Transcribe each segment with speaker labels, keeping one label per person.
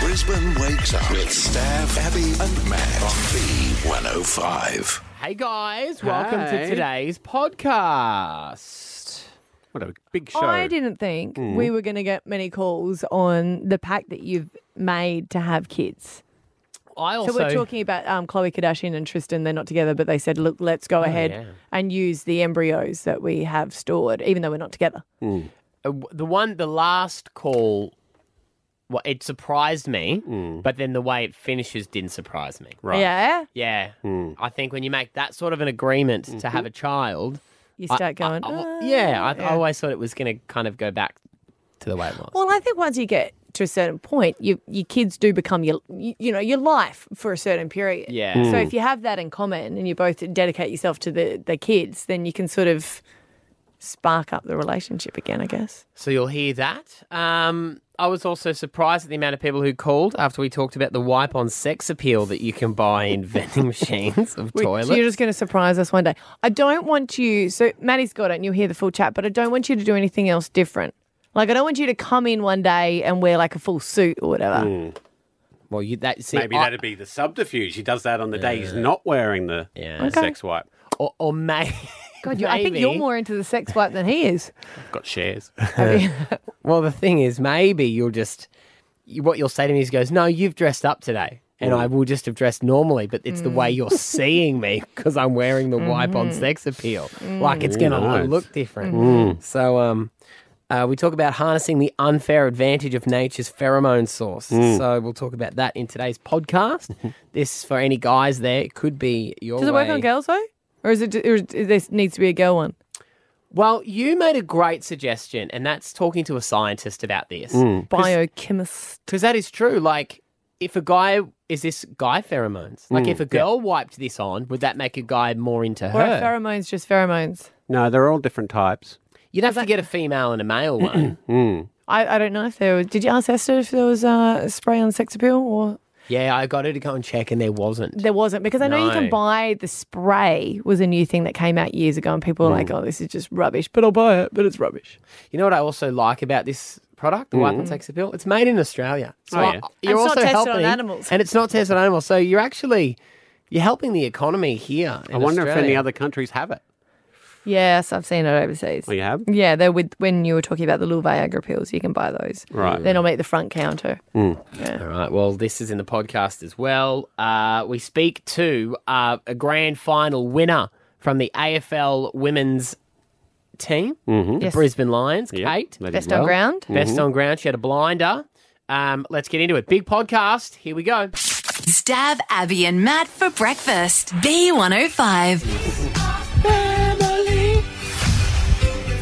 Speaker 1: Brisbane wakes up with Staff, Abby, and Matt on B105.
Speaker 2: Hey guys, welcome to
Speaker 3: Hey.
Speaker 2: today's podcast. What a big show.
Speaker 4: I didn't think we were going to get many calls on the pact that you've made to have kids.
Speaker 2: I also
Speaker 4: so we're talking about um, Khloe Kardashian and Tristan. They're not together, but they said, "Look, let's go ahead
Speaker 2: Oh, yeah.
Speaker 4: and use the embryos that we have stored, even though we're not together."
Speaker 2: uh, w- the one the last call well, it surprised me, but then the way it finishes didn't surprise me.
Speaker 3: Right.
Speaker 4: Yeah,
Speaker 2: Yeah. I think when you make that sort of an agreement to have a child,
Speaker 4: you
Speaker 2: I-
Speaker 4: start going.
Speaker 2: I- I-
Speaker 4: "Ah."
Speaker 2: yeah, I, I always thought it was going to kind of go back to the way it was.
Speaker 4: Well, I think once you get to a certain point, you, your kids do become your, you, you know, your life for a certain period.
Speaker 2: Yeah.
Speaker 4: So if you have that in common and you both dedicate yourself to the, the kids, then you can sort of spark up the relationship again, I guess.
Speaker 2: So you'll hear that. Um, I was also surprised at the amount of people who called after we talked about the wipe on sex appeal that you can buy in vending machines of toilets.
Speaker 4: So you're just going to surprise us one day. I don't want you. So Maddie's got it, and you'll hear the full chat. But I don't want you to do anything else different. Like I don't want you to come in one day and wear like a full suit or whatever.
Speaker 2: well, you, that see,
Speaker 3: Maybe
Speaker 2: I-
Speaker 3: that'd be the subterfuge. He does that on the day he's not wearing the
Speaker 2: Yeah.
Speaker 3: the
Speaker 4: Okay.
Speaker 3: sex wipe.
Speaker 2: or, or may.
Speaker 4: God, you, I think you're
Speaker 2: maybe-
Speaker 4: more into the sex wipe than he is.
Speaker 3: Got shares.
Speaker 2: Well, the thing is, maybe you'll just you, what you'll say to me is, "Goes, no, you've dressed up today." And
Speaker 4: Mm.
Speaker 2: I will just have dressed normally, but it's the way you're seeing me because I'm wearing the wipe
Speaker 4: Mm.
Speaker 2: on sex appeal. Like it's going to
Speaker 3: nice.
Speaker 2: look different.
Speaker 4: Mm.
Speaker 2: So, um, uh, we talk about harnessing the unfair advantage of nature's pheromone source.
Speaker 4: Mm.
Speaker 2: So, we'll talk about that in today's podcast. this is for any guys there. It could be your
Speaker 4: Does it work
Speaker 2: way.
Speaker 4: on girls though, or is it? Or is there needs to be a girl one?
Speaker 2: Well, you made a great suggestion, and that's talking to a scientist about this.
Speaker 4: Mm. Biochemist.
Speaker 2: Because that is true. Like, if a guy is this guy pheromones, like
Speaker 3: Mm,
Speaker 2: if a girl wiped this on, would that make a guy more into
Speaker 4: Or are
Speaker 2: her?
Speaker 4: pheromones just pheromones?
Speaker 3: No, they're all different types. Mm.
Speaker 2: You'd have to get a female and a male one.
Speaker 4: I, I don't know if there was. Did you ask Esther if there was uh, spray on sex appeal or
Speaker 2: yeah, I got her to go and check, and there wasn't.
Speaker 4: there wasn't? Because I know you
Speaker 2: No.
Speaker 4: can buy the spray was a new thing that came out years ago, and people were like, "Oh, this is just rubbish," but I'll buy it. But it's rubbish.
Speaker 2: You know what I also like about this product, the wipe and sex appeal? It's made in Australia. So
Speaker 3: Mm. Oh,
Speaker 2: I-
Speaker 3: yeah.
Speaker 2: you're
Speaker 4: And it's not
Speaker 2: also
Speaker 4: tested on
Speaker 2: helping,
Speaker 4: animals.
Speaker 2: And it's not tested on animals. So you're actually you're helping the economy here.
Speaker 3: I wonder if any other countries have it.
Speaker 4: Yes, I've seen it overseas.
Speaker 3: Oh, you have?
Speaker 4: Yeah, they're with when you were talking about the little Viagra pills, you can buy those.
Speaker 3: Right.
Speaker 4: Then I'll make the front counter.
Speaker 2: Mm. All right. Well, this is in the podcast as well. Uh, we speak to uh, a grand final winner from the AFL women's team, the
Speaker 4: Yes.
Speaker 2: Brisbane Lions, Kate.
Speaker 3: They did
Speaker 4: Best
Speaker 3: well.
Speaker 4: on ground.
Speaker 2: Best on ground. She had a blinder. Um, let's get into it. Big podcast. Here we go.
Speaker 5: Stab Abby and Matt for breakfast. B105.
Speaker 2: Family.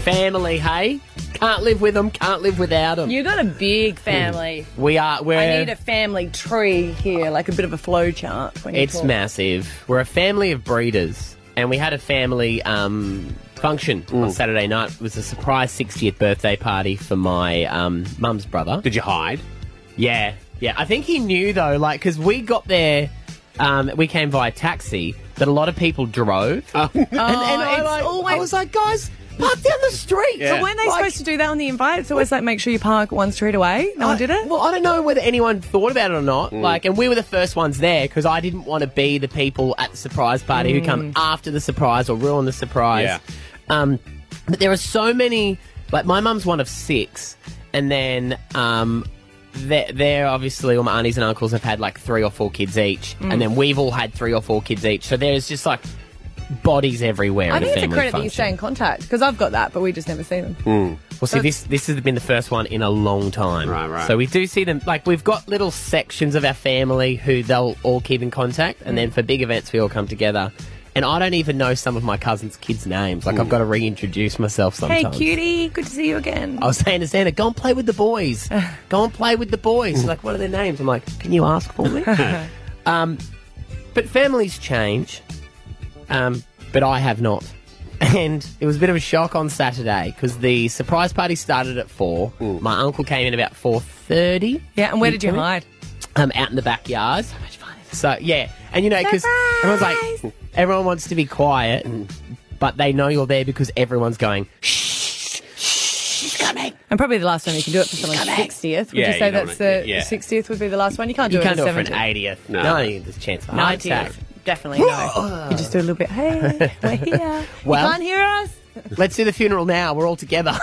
Speaker 2: Family, hey? Can't live with them, can't live without them.
Speaker 6: You got a big
Speaker 2: Hmm.
Speaker 6: family.
Speaker 2: we are, we're.
Speaker 6: I need a family tree here, like a bit of a flow chart. When you
Speaker 2: It's
Speaker 6: talk.
Speaker 2: massive. We're a family of breeders, and we had a family um, function
Speaker 3: Mm.
Speaker 2: on Saturday night. It was a surprise 60th birthday party for my um, mum's brother.
Speaker 3: Did you hide?
Speaker 2: Yeah, yeah. I think he knew though, like, because we got there, um, we came via taxi. That a lot of people drove,
Speaker 3: Oh.
Speaker 2: and, and I,
Speaker 4: Oh,
Speaker 6: it's
Speaker 2: like, I
Speaker 6: always-
Speaker 2: was like, guys, park down the street.
Speaker 3: Yeah. But
Speaker 6: Weren't they supposed to do that on the invite? It's always like make sure you park one street away. No one did it. Mm.
Speaker 2: Well, I don't know whether anyone thought about it or not. Like, and we were the first ones there because I didn't want to be the people at the surprise party who
Speaker 6: Mm.
Speaker 2: come after the surprise or ruin the surprise.
Speaker 3: Yeah.
Speaker 2: Um, but there are so many. Like, my mum's one of six, and then um, they're, they're obviously all my aunties and uncles have had like three or four kids each,
Speaker 6: Mm.
Speaker 2: and then we've all had three or four kids each. So there's just like bodies everywhere.
Speaker 6: I
Speaker 2: at
Speaker 6: think it's a
Speaker 2: family
Speaker 6: credit that you
Speaker 2: function.
Speaker 6: stay in contact because I've got that, but we just never see them.
Speaker 2: Well, see, this this has been the first one in a long time.
Speaker 3: Right, right.
Speaker 2: So we do see them. Like we've got little sections of our family who they'll all keep in contact, and then for big events we all come together. And I don't even know some of my cousins' kids' names. Like I've got to reintroduce myself
Speaker 6: Hey,
Speaker 2: sometimes.
Speaker 6: cutie, good to see you again.
Speaker 2: I was saying to Santa, go and play with the boys. go and play with the boys. She's like, what are their names? I'm like, can you ask for me? um, but families change. Um, but I have not. And it was a bit of a shock on Saturday because the surprise party started at four. My uncle came in about four thirty.
Speaker 6: yeah, and where did you
Speaker 2: coming?
Speaker 6: hide?
Speaker 2: Um, out in the backyard. So much fun. So yeah, and you know because everyone's like, everyone wants to be quiet, but they know you're there because everyone's going. Shh, shh, she's coming. back.
Speaker 4: And probably the last time you can do it for someone's
Speaker 2: come back.
Speaker 4: 60th. Would
Speaker 3: Yeah,
Speaker 4: you say
Speaker 3: you don't
Speaker 4: that's
Speaker 3: wanna-
Speaker 4: the
Speaker 3: yeah.
Speaker 4: 60th would be the last one? You can't do
Speaker 2: You
Speaker 4: it
Speaker 2: can't do
Speaker 4: on
Speaker 2: it for an
Speaker 4: 70th.
Speaker 2: 80th. No,
Speaker 3: No.
Speaker 2: I think there's a chance of a heart attack.
Speaker 4: 90th. Definitely no. you just do a little bit, hey, we're here.
Speaker 2: Well-
Speaker 4: you can't hear us?
Speaker 2: Let's do the funeral now. We're all together.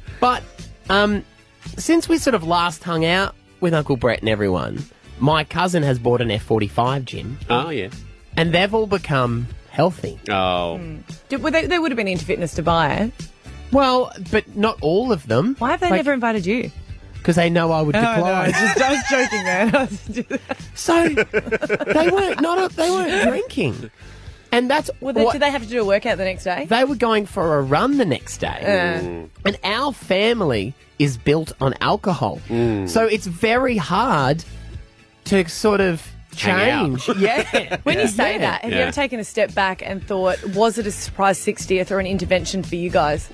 Speaker 2: but um, since we sort of last hung out with Uncle Brett and everyone, my cousin has bought an F45 gym,
Speaker 3: Oh, yeah.
Speaker 2: and they've all become healthy.
Speaker 3: Oh,
Speaker 4: Hmm. Did, well, they, they would have been into fitness to buy it.
Speaker 2: Well, but not all of them.
Speaker 4: Why have they never invited you?
Speaker 2: Because they know I would decline.
Speaker 4: just, I was joking, man. I was just-
Speaker 2: So they weren't not they weren't drinking, and that's what
Speaker 4: Well, they, did they have to do a workout the next day?
Speaker 2: they were going for a run the next day. Mm. And our family is built on alcohol. So it's very hard to sort of
Speaker 3: Hang
Speaker 2: change. Yeah.
Speaker 4: When you say that, have you
Speaker 3: Yeah.
Speaker 4: ever taken a step back and thought, was it a surprise 60th or an intervention for you guys?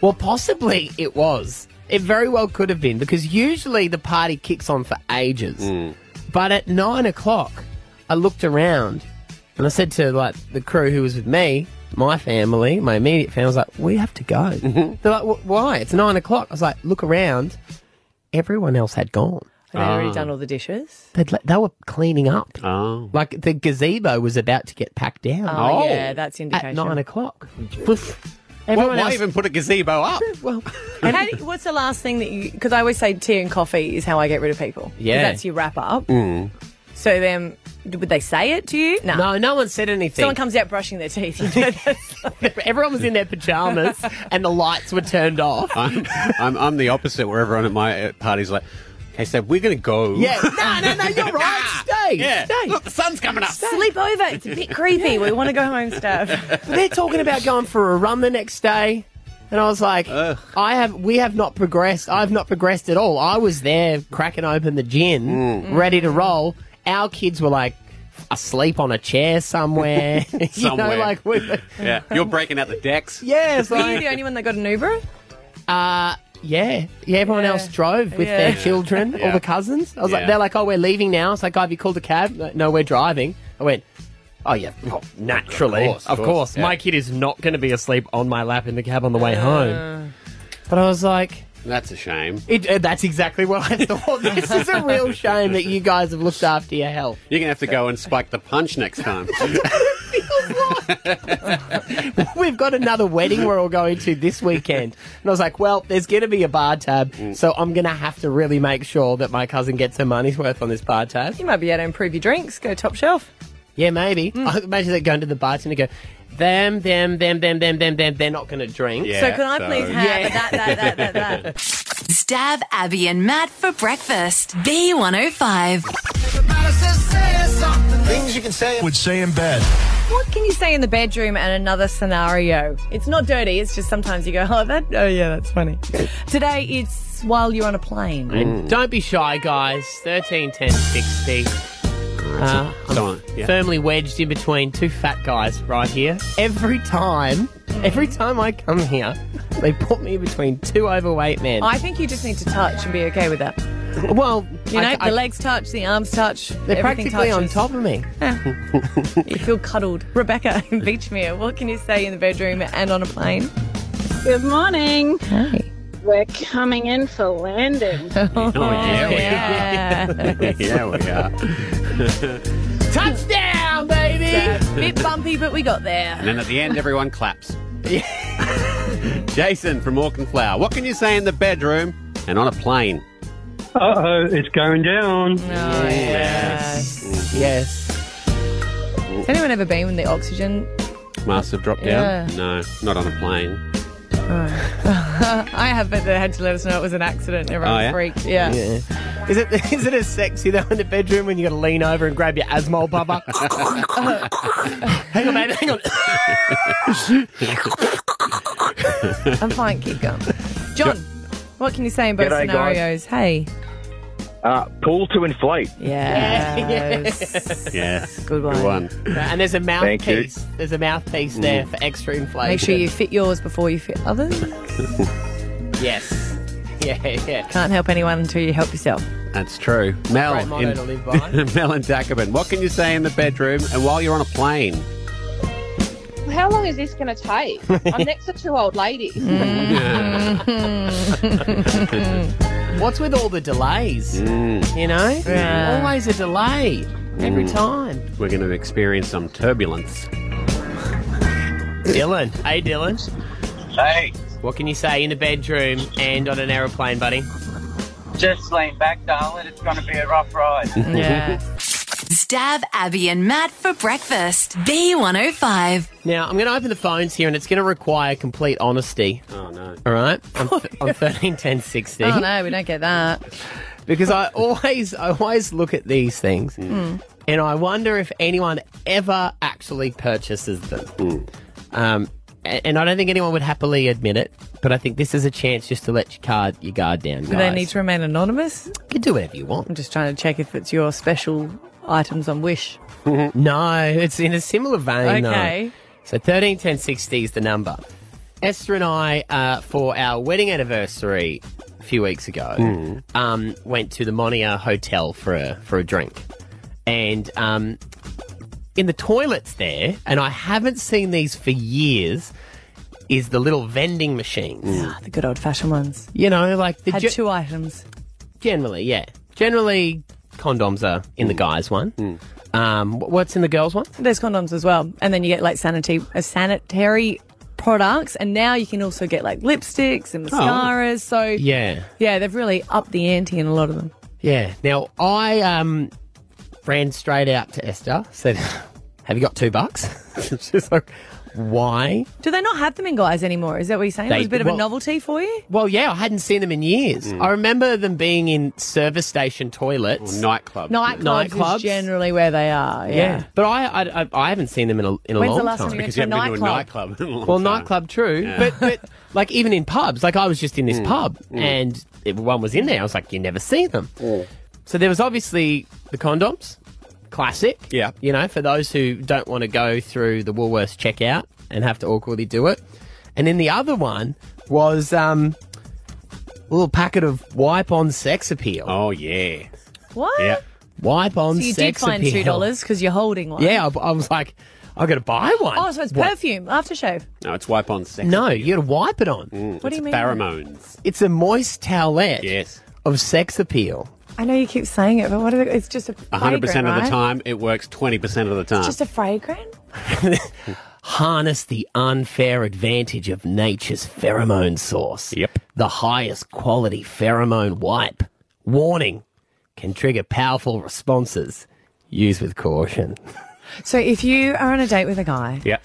Speaker 2: well, possibly it was. It very well could have been because usually the party kicks on for ages.
Speaker 3: Hmm.
Speaker 2: But at nine o'clock, I looked around and I said to like the crew who was with me, my family, my immediate family, I was like, "We have to go."
Speaker 3: Mm-hmm.
Speaker 2: They're like, "Wh- "Why? It's nine o'clock." I was like, "Look around." Everyone else had gone.
Speaker 4: Have they
Speaker 3: Ah.
Speaker 2: Oh.
Speaker 4: already done all the dishes?
Speaker 2: They'd let, they were cleaning up.
Speaker 3: oh.
Speaker 2: Like the gazebo was about to get packed down
Speaker 4: Oh,
Speaker 3: Oh.
Speaker 4: yeah, that's indication.
Speaker 2: at nine o'clock. Poof.
Speaker 3: Well,
Speaker 2: Everyone
Speaker 3: why
Speaker 2: else-
Speaker 3: even put a gazebo up?
Speaker 2: well,
Speaker 4: And how do you- what's the last thing that you? Because I always say tea and coffee is how I get rid of people. 'Cause
Speaker 2: Yeah.
Speaker 4: that's your wrap up.
Speaker 7: Mm-hmm.
Speaker 4: So then, would they say it to you? No.
Speaker 2: no, no one said anything.
Speaker 4: Someone comes out brushing their teeth. You know, that's-
Speaker 2: Everyone was in their pajamas and the lights were turned off.
Speaker 3: I'm, I'm, I'm the opposite where everyone at my uh, party's like, okay, so we're going to go.
Speaker 2: Yeah, no, no, no, you're right. Stay,
Speaker 3: Yeah.
Speaker 2: stay.
Speaker 3: Look, the sun's coming up.
Speaker 4: Ah! Sleep over. It's a bit creepy. We want to go home, stuff.
Speaker 2: But they're talking about going for a run the next day. And I was like, I have, we have not progressed. I've not progressed at all. I was there cracking open the gin,
Speaker 3: Mm.
Speaker 2: Mm. ready to roll. Our kids were like asleep on a chair somewhere. You
Speaker 3: Somewhere.
Speaker 2: know, like, we,
Speaker 3: Yeah. You're breaking out the decks.
Speaker 2: yeah, it's
Speaker 4: Are you
Speaker 2: like,
Speaker 4: the only one that got an Uber?
Speaker 2: uh, yeah, yeah. Everyone
Speaker 4: Yeah.
Speaker 2: else drove with their
Speaker 4: Yeah.
Speaker 2: children, all
Speaker 3: Yeah.
Speaker 2: the cousins. I was like,
Speaker 3: Yeah.
Speaker 2: they're like, oh, we're leaving now. It's like, oh, have you called a cab? Like, no, we're driving. I went. Oh yeah, oh, naturally, of course.
Speaker 3: course, of course, yeah.
Speaker 2: My kid is not going to be asleep on my lap in the cab on the
Speaker 4: Uh.
Speaker 2: way home. But I was like,
Speaker 3: That's a shame.
Speaker 2: it, uh, that's exactly what I thought. this is a real shame that you guys have looked after your health.
Speaker 3: You're going to have to go and spike the punch next time.
Speaker 2: We've got another wedding we're all going to this weekend. And I was like, well, there's going to be a bar tab,
Speaker 4: Mm.
Speaker 2: so I'm going to have to really make sure that my cousin gets her money's worth on this bar tab.
Speaker 4: You might be able to improve your drinks. Go top shelf. Mm.
Speaker 2: Yeah, maybe. I imagine they're going to the bartender and go, them, them, them, them, them, them, them, they're not going to drink.
Speaker 3: Yeah,
Speaker 4: so can I please have
Speaker 2: Yeah.
Speaker 4: that, that, that, that, that?
Speaker 5: Stab Abby and Matt for breakfast. B105.
Speaker 8: Things you can say
Speaker 9: would say in bed.
Speaker 4: What can you say in the bedroom and another scenario? It's not dirty, it's just sometimes you go, oh, that, oh yeah, that's funny. Today it's while you're on a plane.
Speaker 2: And Mm. don't be shy, guys. 13, 10, 60. Uh, I'm
Speaker 3: Go on, yeah.
Speaker 2: firmly wedged in between two fat guys right here. Every time, every time I come here, they put me between two overweight men.
Speaker 4: I think you just need to touch and be okay with that.
Speaker 2: well,
Speaker 4: You know,
Speaker 2: I- I-
Speaker 4: the legs touch, the arms touch,
Speaker 2: they're
Speaker 4: everything
Speaker 2: practically on
Speaker 4: touches.
Speaker 2: top of me.
Speaker 4: You feel cuddled. Rebecca in Beachmere, what can you say in the bedroom and on a plane?
Speaker 10: Good morning.
Speaker 4: Hey.
Speaker 10: We're coming in for landing.
Speaker 3: oh, yeah, we
Speaker 4: Yeah.
Speaker 3: are. Yeah, we are. And
Speaker 2: Touchdown, baby!
Speaker 4: Bit bumpy, but we got there.
Speaker 3: then at the end, everyone claps. Jason from Auchenflower, what can you say in the bedroom and on a plane?
Speaker 11: Uh oh, it's going down.
Speaker 4: Oh, yeah.
Speaker 2: Yes.
Speaker 4: Has anyone ever been with the oxygen?
Speaker 3: Must have dropped
Speaker 4: Yeah.
Speaker 3: down? No, not on a plane.
Speaker 2: Oh.
Speaker 4: I have, but they had to let us know it was an accident. Everyone
Speaker 3: Oh, yeah?
Speaker 4: freaked. Yeah.
Speaker 2: Yeah. Is it is it as sexy though in the bedroom when you got to lean over and grab your asthma bubba? hang on, mate. Hang on.
Speaker 4: I'm fine, keep going. John, what can you say in both
Speaker 12: G'day,
Speaker 4: scenarios? Hey.
Speaker 12: Uh, pull to inflate.
Speaker 4: Yes.
Speaker 3: Yes.
Speaker 4: Good one.
Speaker 3: Good one.
Speaker 2: Uh, And there's a
Speaker 12: Thank you. Mm.
Speaker 2: mouthpiece. There's a mouthpiece there for extra inflation.
Speaker 4: Make sure you fit yours before you fit others.
Speaker 2: Yes. Yeah, yeah.
Speaker 4: Can't help anyone until you help yourself.
Speaker 3: That's true. Mel,
Speaker 2: Great motto
Speaker 3: in-
Speaker 2: to live by.
Speaker 3: Mel and Dackerman, what can you say in the bedroom and while you're on a plane?
Speaker 10: how long is this going to take? I'm next to two old ladies.
Speaker 2: What's with all the delays? You know? Always a delay. Every time.
Speaker 3: Mm. We're going to experience some turbulence.
Speaker 2: Dylan. Hey, Dylan. Hey. What can you say in the bedroom and on an aeroplane, buddy?
Speaker 9: Just lean back, darling. It's going to be a rough ride.
Speaker 4: Yeah.
Speaker 2: Mm-hmm.
Speaker 5: Stab Abby and Matt for breakfast. B105.
Speaker 2: Now, I'm going to open the phones here and it's going to require complete honesty.
Speaker 3: Oh, no.
Speaker 2: All right? I'm, I'm 13, 10, 60.
Speaker 4: Oh no, we don't get that.
Speaker 2: because I always I always look at these things
Speaker 3: Mm.
Speaker 4: Hmm.
Speaker 2: and I wonder if anyone ever actually purchases them. Um, a- and I don't think anyone would happily admit it, but I think this is a chance just to let your card your guard down, guys.
Speaker 4: Do they need to remain anonymous?
Speaker 2: You can do whatever you want.
Speaker 4: I'm just trying to check if it's your special items on Wish.
Speaker 2: No, it's in a similar vein.
Speaker 4: Okay.
Speaker 2: Though. So thirteen ten sixty is the number. Esther and I, uh, for our wedding anniversary a few weeks ago, um, went to the Monia Hotel for a for a drink, and um, in the toilets there, and I haven't seen these for years. Is the little vending machines?
Speaker 4: Ah, the good old fashioned ones.
Speaker 2: You know, like the
Speaker 4: Had
Speaker 2: ge-
Speaker 4: two items.
Speaker 2: generally, yeah, generally condoms are in the guys' one. Um, wh- what's in the girls' one?
Speaker 4: There's condoms as well. And then you get like sanity, uh, sanitary products. And now you can also get like lipsticks and mascaras. So
Speaker 2: Oh. Yeah.
Speaker 4: yeah, they've really upped the ante in a lot of them.
Speaker 2: Yeah. Now I um ran straight out to Esther, said, Have you got two bucks? She's like, Why?
Speaker 4: Do they not have them in guys anymore? Is that what you're saying?
Speaker 2: They-
Speaker 4: it was a bit of
Speaker 2: well-
Speaker 4: a novelty for you? Mm.
Speaker 2: Well, yeah, I hadn't seen them in years.
Speaker 3: Mm.
Speaker 2: I remember them being in service station toilets.
Speaker 3: Nightclub.
Speaker 4: Nightclubs,
Speaker 2: Nightclubs?
Speaker 4: is generally where they are. Yeah.
Speaker 2: But I, I I- I haven't seen them in a in a
Speaker 4: When's
Speaker 2: long
Speaker 4: the last
Speaker 2: time.
Speaker 4: time you went
Speaker 3: Because
Speaker 4: to
Speaker 3: you
Speaker 4: a
Speaker 3: haven't been to a
Speaker 4: nightclub?
Speaker 3: nightclub in a long
Speaker 2: well,
Speaker 3: time.
Speaker 2: nightclub, true, but but like even in pubs, like I was just in this
Speaker 3: Mm.
Speaker 2: pub and it, one was in there. I was like, you never see them.
Speaker 3: Mm.
Speaker 2: So there was obviously the condoms, classic.
Speaker 3: Yeah.
Speaker 2: you know, for those who don't want to go through the Woolworths checkout and have to awkwardly do it. And then the other one was um, a little packet of wipe on sex appeal.
Speaker 3: Oh, yeah.
Speaker 4: What?
Speaker 3: Yeah.
Speaker 2: Wipe on
Speaker 4: So you did
Speaker 2: sex
Speaker 4: find
Speaker 2: appeal.
Speaker 4: two dollars because you're holding one.
Speaker 2: Yeah, I, I was like, I got to buy one.
Speaker 4: Oh, so it's
Speaker 2: What?
Speaker 4: perfume, aftershave.
Speaker 3: No, it's wipe on sex. Mm,
Speaker 2: No, you got to wipe it on.
Speaker 4: What do you mean?
Speaker 3: Pheromones.
Speaker 2: It's a moist towelette
Speaker 3: Yes.
Speaker 2: of sex appeal.
Speaker 4: I know you keep saying it, but what are they, it's just a
Speaker 3: 100%
Speaker 4: fragrant,
Speaker 3: of the
Speaker 4: right?
Speaker 3: time, it works 20% of the time.
Speaker 4: Just a fragrant.
Speaker 2: Harness the unfair advantage of nature's pheromone source.
Speaker 3: Yep.
Speaker 2: The highest quality pheromone wipe. Warning can trigger powerful responses. Use with caution.
Speaker 4: So if you are on a date with a guy,
Speaker 3: yeah.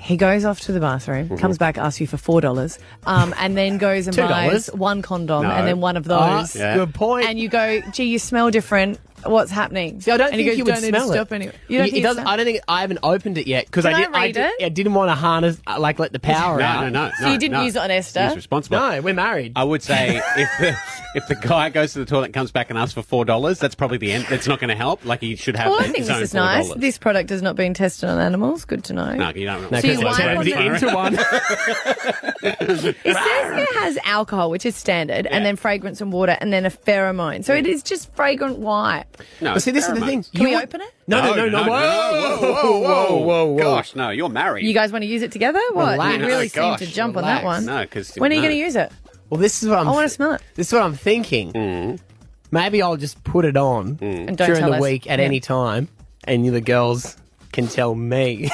Speaker 4: he goes off to the bathroom, comes back, asks you for four dollars, um, and then goes and
Speaker 2: Two
Speaker 4: buys
Speaker 2: dollars?
Speaker 4: one condom
Speaker 3: No.
Speaker 4: and then one of those.
Speaker 2: Ah,
Speaker 3: Yeah.
Speaker 2: Good point.
Speaker 4: And you go, gee, you smell different. What's happening?
Speaker 2: See, I don't
Speaker 4: and
Speaker 2: think
Speaker 4: you, go,
Speaker 2: you would
Speaker 4: don't need to
Speaker 2: smell it.
Speaker 4: stop anyway. You don't
Speaker 2: it
Speaker 4: think
Speaker 2: doesn't,
Speaker 4: so?
Speaker 2: I don't think I haven't opened it yet because I,
Speaker 4: Can I
Speaker 2: did, I,
Speaker 4: read
Speaker 2: did,
Speaker 4: it?
Speaker 2: I didn't want to harness, uh, like, let the power out.
Speaker 3: No, no, no.
Speaker 4: So
Speaker 3: no,
Speaker 4: you didn't
Speaker 3: no.
Speaker 4: use it on Esther?
Speaker 3: He's responsible.
Speaker 2: No, we're married.
Speaker 3: I would say if the, if the guy goes to the toilet and comes back and asks for four dollars, that's probably the end. That's not going to help. Like he should have.
Speaker 4: Well, I
Speaker 3: his
Speaker 4: think
Speaker 3: own
Speaker 4: this is
Speaker 3: $4.
Speaker 4: nice. This product has not been tested on animals. Good to know.
Speaker 3: No, you don't.
Speaker 2: No,
Speaker 4: So you
Speaker 2: 'cause it's
Speaker 4: wipe on
Speaker 2: turned
Speaker 4: the-
Speaker 2: into one.
Speaker 4: It says it has alcohol, which is standard, and then fragrance and water, and then a pheromone. So it is just fragrant wipe.
Speaker 3: no,
Speaker 2: But see, this is the thing.
Speaker 4: Can we
Speaker 2: would-
Speaker 4: open it?
Speaker 2: No, no, no, no.
Speaker 3: Whoa, whoa, whoa, whoa, whoa! Gosh, no, you're married.
Speaker 4: You guys want to use it together? What?
Speaker 2: Relax.
Speaker 4: You really
Speaker 3: Oh, gosh,
Speaker 4: seem to jump
Speaker 2: relax.
Speaker 4: on that one.
Speaker 3: No, 'cause-
Speaker 4: when are you
Speaker 3: no.
Speaker 4: going to use it?
Speaker 2: Well, this is what I'm.
Speaker 4: I wanna smell it.
Speaker 2: This is what I'm thinking.
Speaker 3: Mm.
Speaker 2: Maybe I'll just put it on
Speaker 4: And don't
Speaker 2: during
Speaker 4: tell
Speaker 2: the
Speaker 4: us.
Speaker 2: week at
Speaker 4: Yeah.
Speaker 2: any time, and you, the girls can tell me.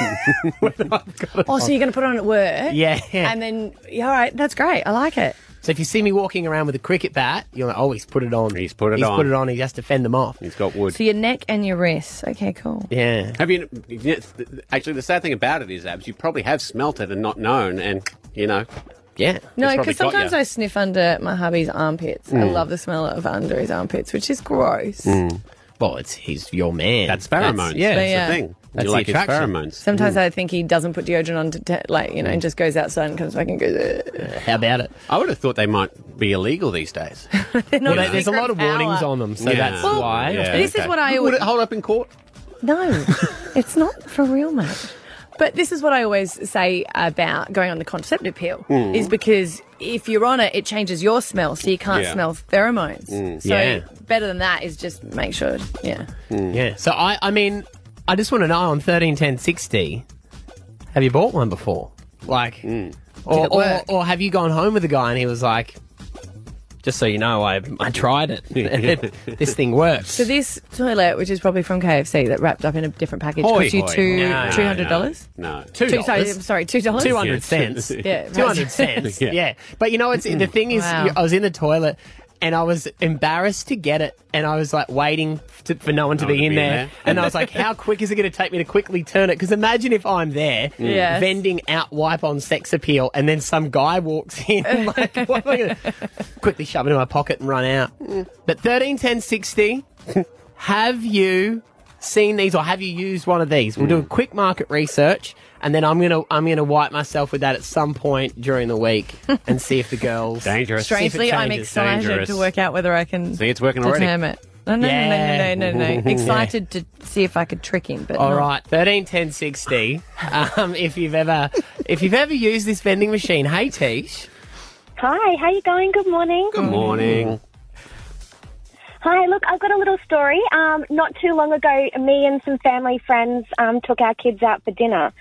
Speaker 4: Oh, so you're going to put it on at work?
Speaker 2: yeah.
Speaker 4: And then, yeah, all right, that's great. I like it.
Speaker 2: so if you see me walking around with a cricket bat, you're like, oh, he's put it on.
Speaker 3: He's put it
Speaker 2: He's
Speaker 3: on.
Speaker 2: put it on. He has to fend them off.
Speaker 3: He's got wood.
Speaker 4: So your neck and your wrists. Okay, cool.
Speaker 2: Yeah.
Speaker 3: Have you? yes, th- Actually, the sad thing about it is, abs. You probably have smelt it and not known, and you know.
Speaker 2: Yeah.
Speaker 4: No,
Speaker 3: probably
Speaker 4: because
Speaker 3: got
Speaker 4: sometimes
Speaker 3: ya. Mm.
Speaker 4: I sniff under my hubby's armpits. I love the smell of under his armpits, which is gross.
Speaker 2: Well, it's he's your man.
Speaker 3: That's pheromones.
Speaker 2: yeah.
Speaker 3: that's
Speaker 4: Yeah.
Speaker 3: the thing.
Speaker 2: That's
Speaker 3: you
Speaker 2: the
Speaker 3: like it's
Speaker 2: attraction. Mm.
Speaker 3: pheromones.
Speaker 4: Sometimes I think he doesn't put deodorant on, to te- like, you know, and just goes outside and comes back and goes, "Ugh."
Speaker 2: How about it?
Speaker 3: I would have thought they might be illegal these days.
Speaker 4: They're not
Speaker 2: Well, there's a lot of
Speaker 4: secret
Speaker 2: warnings
Speaker 4: power.
Speaker 2: on them, so
Speaker 3: Yeah.
Speaker 2: that's
Speaker 3: Well,
Speaker 2: why.
Speaker 3: yeah.
Speaker 4: This is
Speaker 3: Okay.
Speaker 4: what I
Speaker 3: would
Speaker 4: always.
Speaker 3: it hold up in court?
Speaker 4: No, it's not for real, mate. But this is what I always say about going on the contraceptive pill
Speaker 3: Hmm.
Speaker 4: is because if you're on it, it changes your smell, so you can't
Speaker 3: Yeah. Hmm.
Speaker 4: smell pheromones.
Speaker 3: Mm.
Speaker 4: So
Speaker 2: Yeah.
Speaker 4: better than that is just make sure, yeah.
Speaker 2: Yeah. So I, I mean, I just want to know on thirteen ten sixty. Have you bought one before? Like,
Speaker 4: Hmm. Did
Speaker 2: or,
Speaker 4: it
Speaker 2: or,
Speaker 4: work?
Speaker 2: or have you gone home with a guy and he was like, just so you know, I, I tried it. and it- this thing works.
Speaker 4: So this toilet, which is probably from KFC, that wrapped up in a different package,
Speaker 2: Hoi,
Speaker 4: cost you
Speaker 2: hoi.
Speaker 4: two
Speaker 2: No, no,
Speaker 4: two hundred dollars.
Speaker 3: No, no.
Speaker 4: Two, sorry,
Speaker 2: $2.
Speaker 4: sorry, two dollars.
Speaker 2: 200 cents.
Speaker 4: Yeah,
Speaker 2: 200 cents. Yeah.
Speaker 4: Yeah.
Speaker 2: But you know, it's the thing is,
Speaker 4: Wow.
Speaker 2: I was in the toilet and I was embarrassed to get it. And I was like waiting to, for no one to
Speaker 3: No one
Speaker 2: be,
Speaker 3: to
Speaker 2: in,
Speaker 3: be in
Speaker 2: there.
Speaker 3: there.
Speaker 2: And I was like, how quick is it going to take me to quickly turn it? Because imagine if I'm there
Speaker 4: Mm. Yes.
Speaker 2: vending out wipe on sex appeal and then some guy walks in. like, what am I going to quickly shove it in my pocket and run out?
Speaker 4: Mm.
Speaker 2: But 13, 10, 60, have you seen these or have you used one of these? We'll do a
Speaker 4: Mm.
Speaker 2: quick market research and then I'm gonna I'm gonna wipe myself with that at some point during the week and see if the girls
Speaker 3: Dangerous. See if it
Speaker 4: Strangely, I'm
Speaker 3: changes.
Speaker 4: excited to
Speaker 3: Dangerous.
Speaker 4: work out whether I can
Speaker 3: See, it's working already.
Speaker 4: determine it. No, no,
Speaker 2: Yeah.
Speaker 4: no, no, no, no, no. Excited to see if I could trick him, but
Speaker 2: All
Speaker 4: not.
Speaker 2: right, thirteen ten sixty. Um, if you've ever if you've ever used this vending machine, hey Tish.
Speaker 13: Hi, how you going? Good morning.
Speaker 4: Mm.
Speaker 3: Good morning.
Speaker 13: Hi, look, I've got a little story. Um, not too long ago, me and some family friends um, took our kids out for dinner,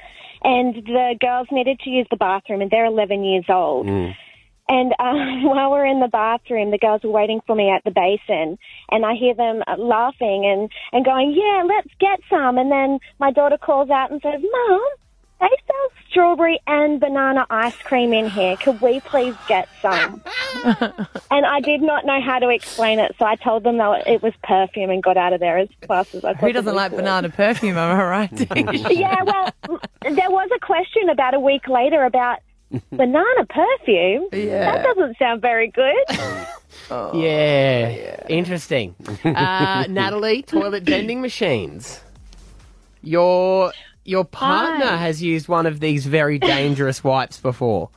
Speaker 13: and the girls needed to use the bathroom, and they're 11 years old. And um, while we're in the bathroom, the girls were waiting for me at the basin, and I hear them uh, laughing and, and going, "Yeah, let's get some." And then my daughter calls out and says, "Mom, they sell strawberry and banana ice cream in here. Could we please get some?" and I did not know how to explain it, so I told them that it was perfume and got out of there as fast as I
Speaker 4: Who
Speaker 13: possibly
Speaker 4: doesn't like
Speaker 13: could.
Speaker 4: banana perfume? Am I right? Tish?
Speaker 13: yeah, well, there was a question about a week later about banana perfume. That doesn't sound very good.
Speaker 2: yeah. Interesting. Uh, Natalie, toilet vending machines. Your your partner
Speaker 10: Hi.
Speaker 2: has used one of these very dangerous wipes before.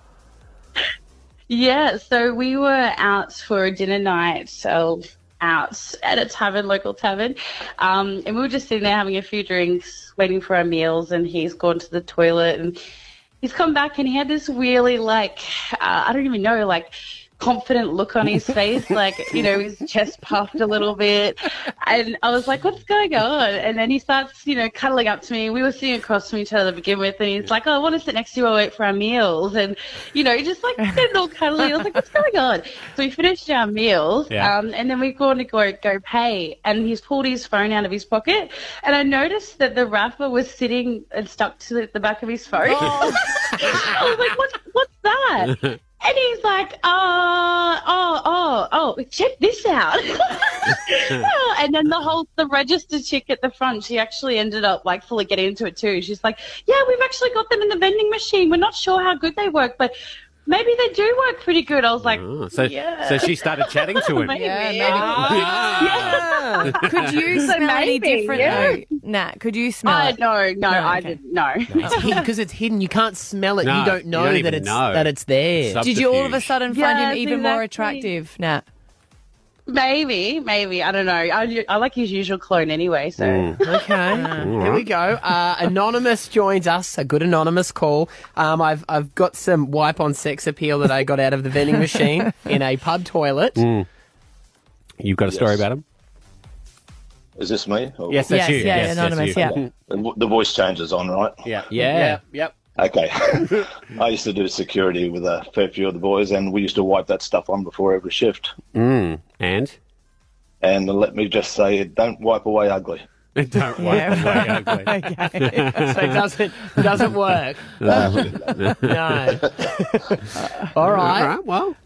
Speaker 10: Yeah, so we were out for a dinner night, so out at a tavern, local tavern, um, and we were just sitting there having a few drinks, waiting for our meals, and he's gone to the toilet and he's come back and he had this really like uh, I don't even know like confident look on his face like you know his chest puffed a little bit and I was like what's going on and then he starts you know cuddling up to me we were sitting across from each other to begin with and he's like oh, I want to sit next to you while I wait for our meals and you know just like getting all cuddly I was like what's going on so we finished our meals
Speaker 14: Yeah.
Speaker 10: um, and then we're going to go go pay and he's pulled his phone out of his pocket and I noticed that the wrapper was sitting and stuck to the, the back of his phone I was like, what, what's that? And he's like, oh, oh, oh, oh, check this out. Oh, and then the whole, the register chick at the front, she actually ended up like fully getting into it too. She's like, yeah, we've actually got them in the vending machine. We're not sure how good they work, but maybe they do work pretty good. I was like,
Speaker 3: Oh, so,
Speaker 10: yeah.
Speaker 3: so she started chatting to him.
Speaker 10: Maybe.
Speaker 3: Yeah.
Speaker 4: Could you
Speaker 10: So
Speaker 4: smell any
Speaker 10: maybe,
Speaker 4: different?
Speaker 10: yeah.
Speaker 4: though? Nah, could you smell
Speaker 10: I
Speaker 4: it?
Speaker 10: no, no, I
Speaker 4: okay.
Speaker 10: didn't. No.
Speaker 2: Because it's hidden, you can't smell it.
Speaker 3: No,
Speaker 2: you don't
Speaker 3: you
Speaker 2: know
Speaker 3: don't
Speaker 2: that
Speaker 3: even
Speaker 2: it's
Speaker 3: know.
Speaker 2: that it's there.
Speaker 4: Did you all of a sudden find him
Speaker 10: Yes,
Speaker 4: even more
Speaker 10: exactly.
Speaker 4: attractive, Nat?
Speaker 10: Maybe, maybe. I don't know. I, I like his usual clone anyway, so.
Speaker 2: Okay, here we go. Uh, anonymous joins us. A good anonymous call. Um, I've I've got some wipe on sex appeal that I got out of the vending machine in a pub toilet.
Speaker 3: Mm. You've got a story
Speaker 15: Yes.
Speaker 3: about him?
Speaker 15: Is this me? Or-
Speaker 3: Yes, that's Yes, you. yeah, Yes, that's anonymous, you. yeah.
Speaker 15: The vo- The voice change is on, right? Yeah.
Speaker 3: Yeah. Yep.
Speaker 15: Okay. I used to do security with a fair few of the boys, and we used to wipe that stuff on before every shift.
Speaker 3: Mm. And?
Speaker 15: And let me just say, don't wipe away ugly.
Speaker 3: Don't
Speaker 2: Yeah.
Speaker 3: wipe away ugly.
Speaker 2: Okay. so it doesn't doesn't work.
Speaker 3: No.
Speaker 2: No. All right.
Speaker 3: All right, Well.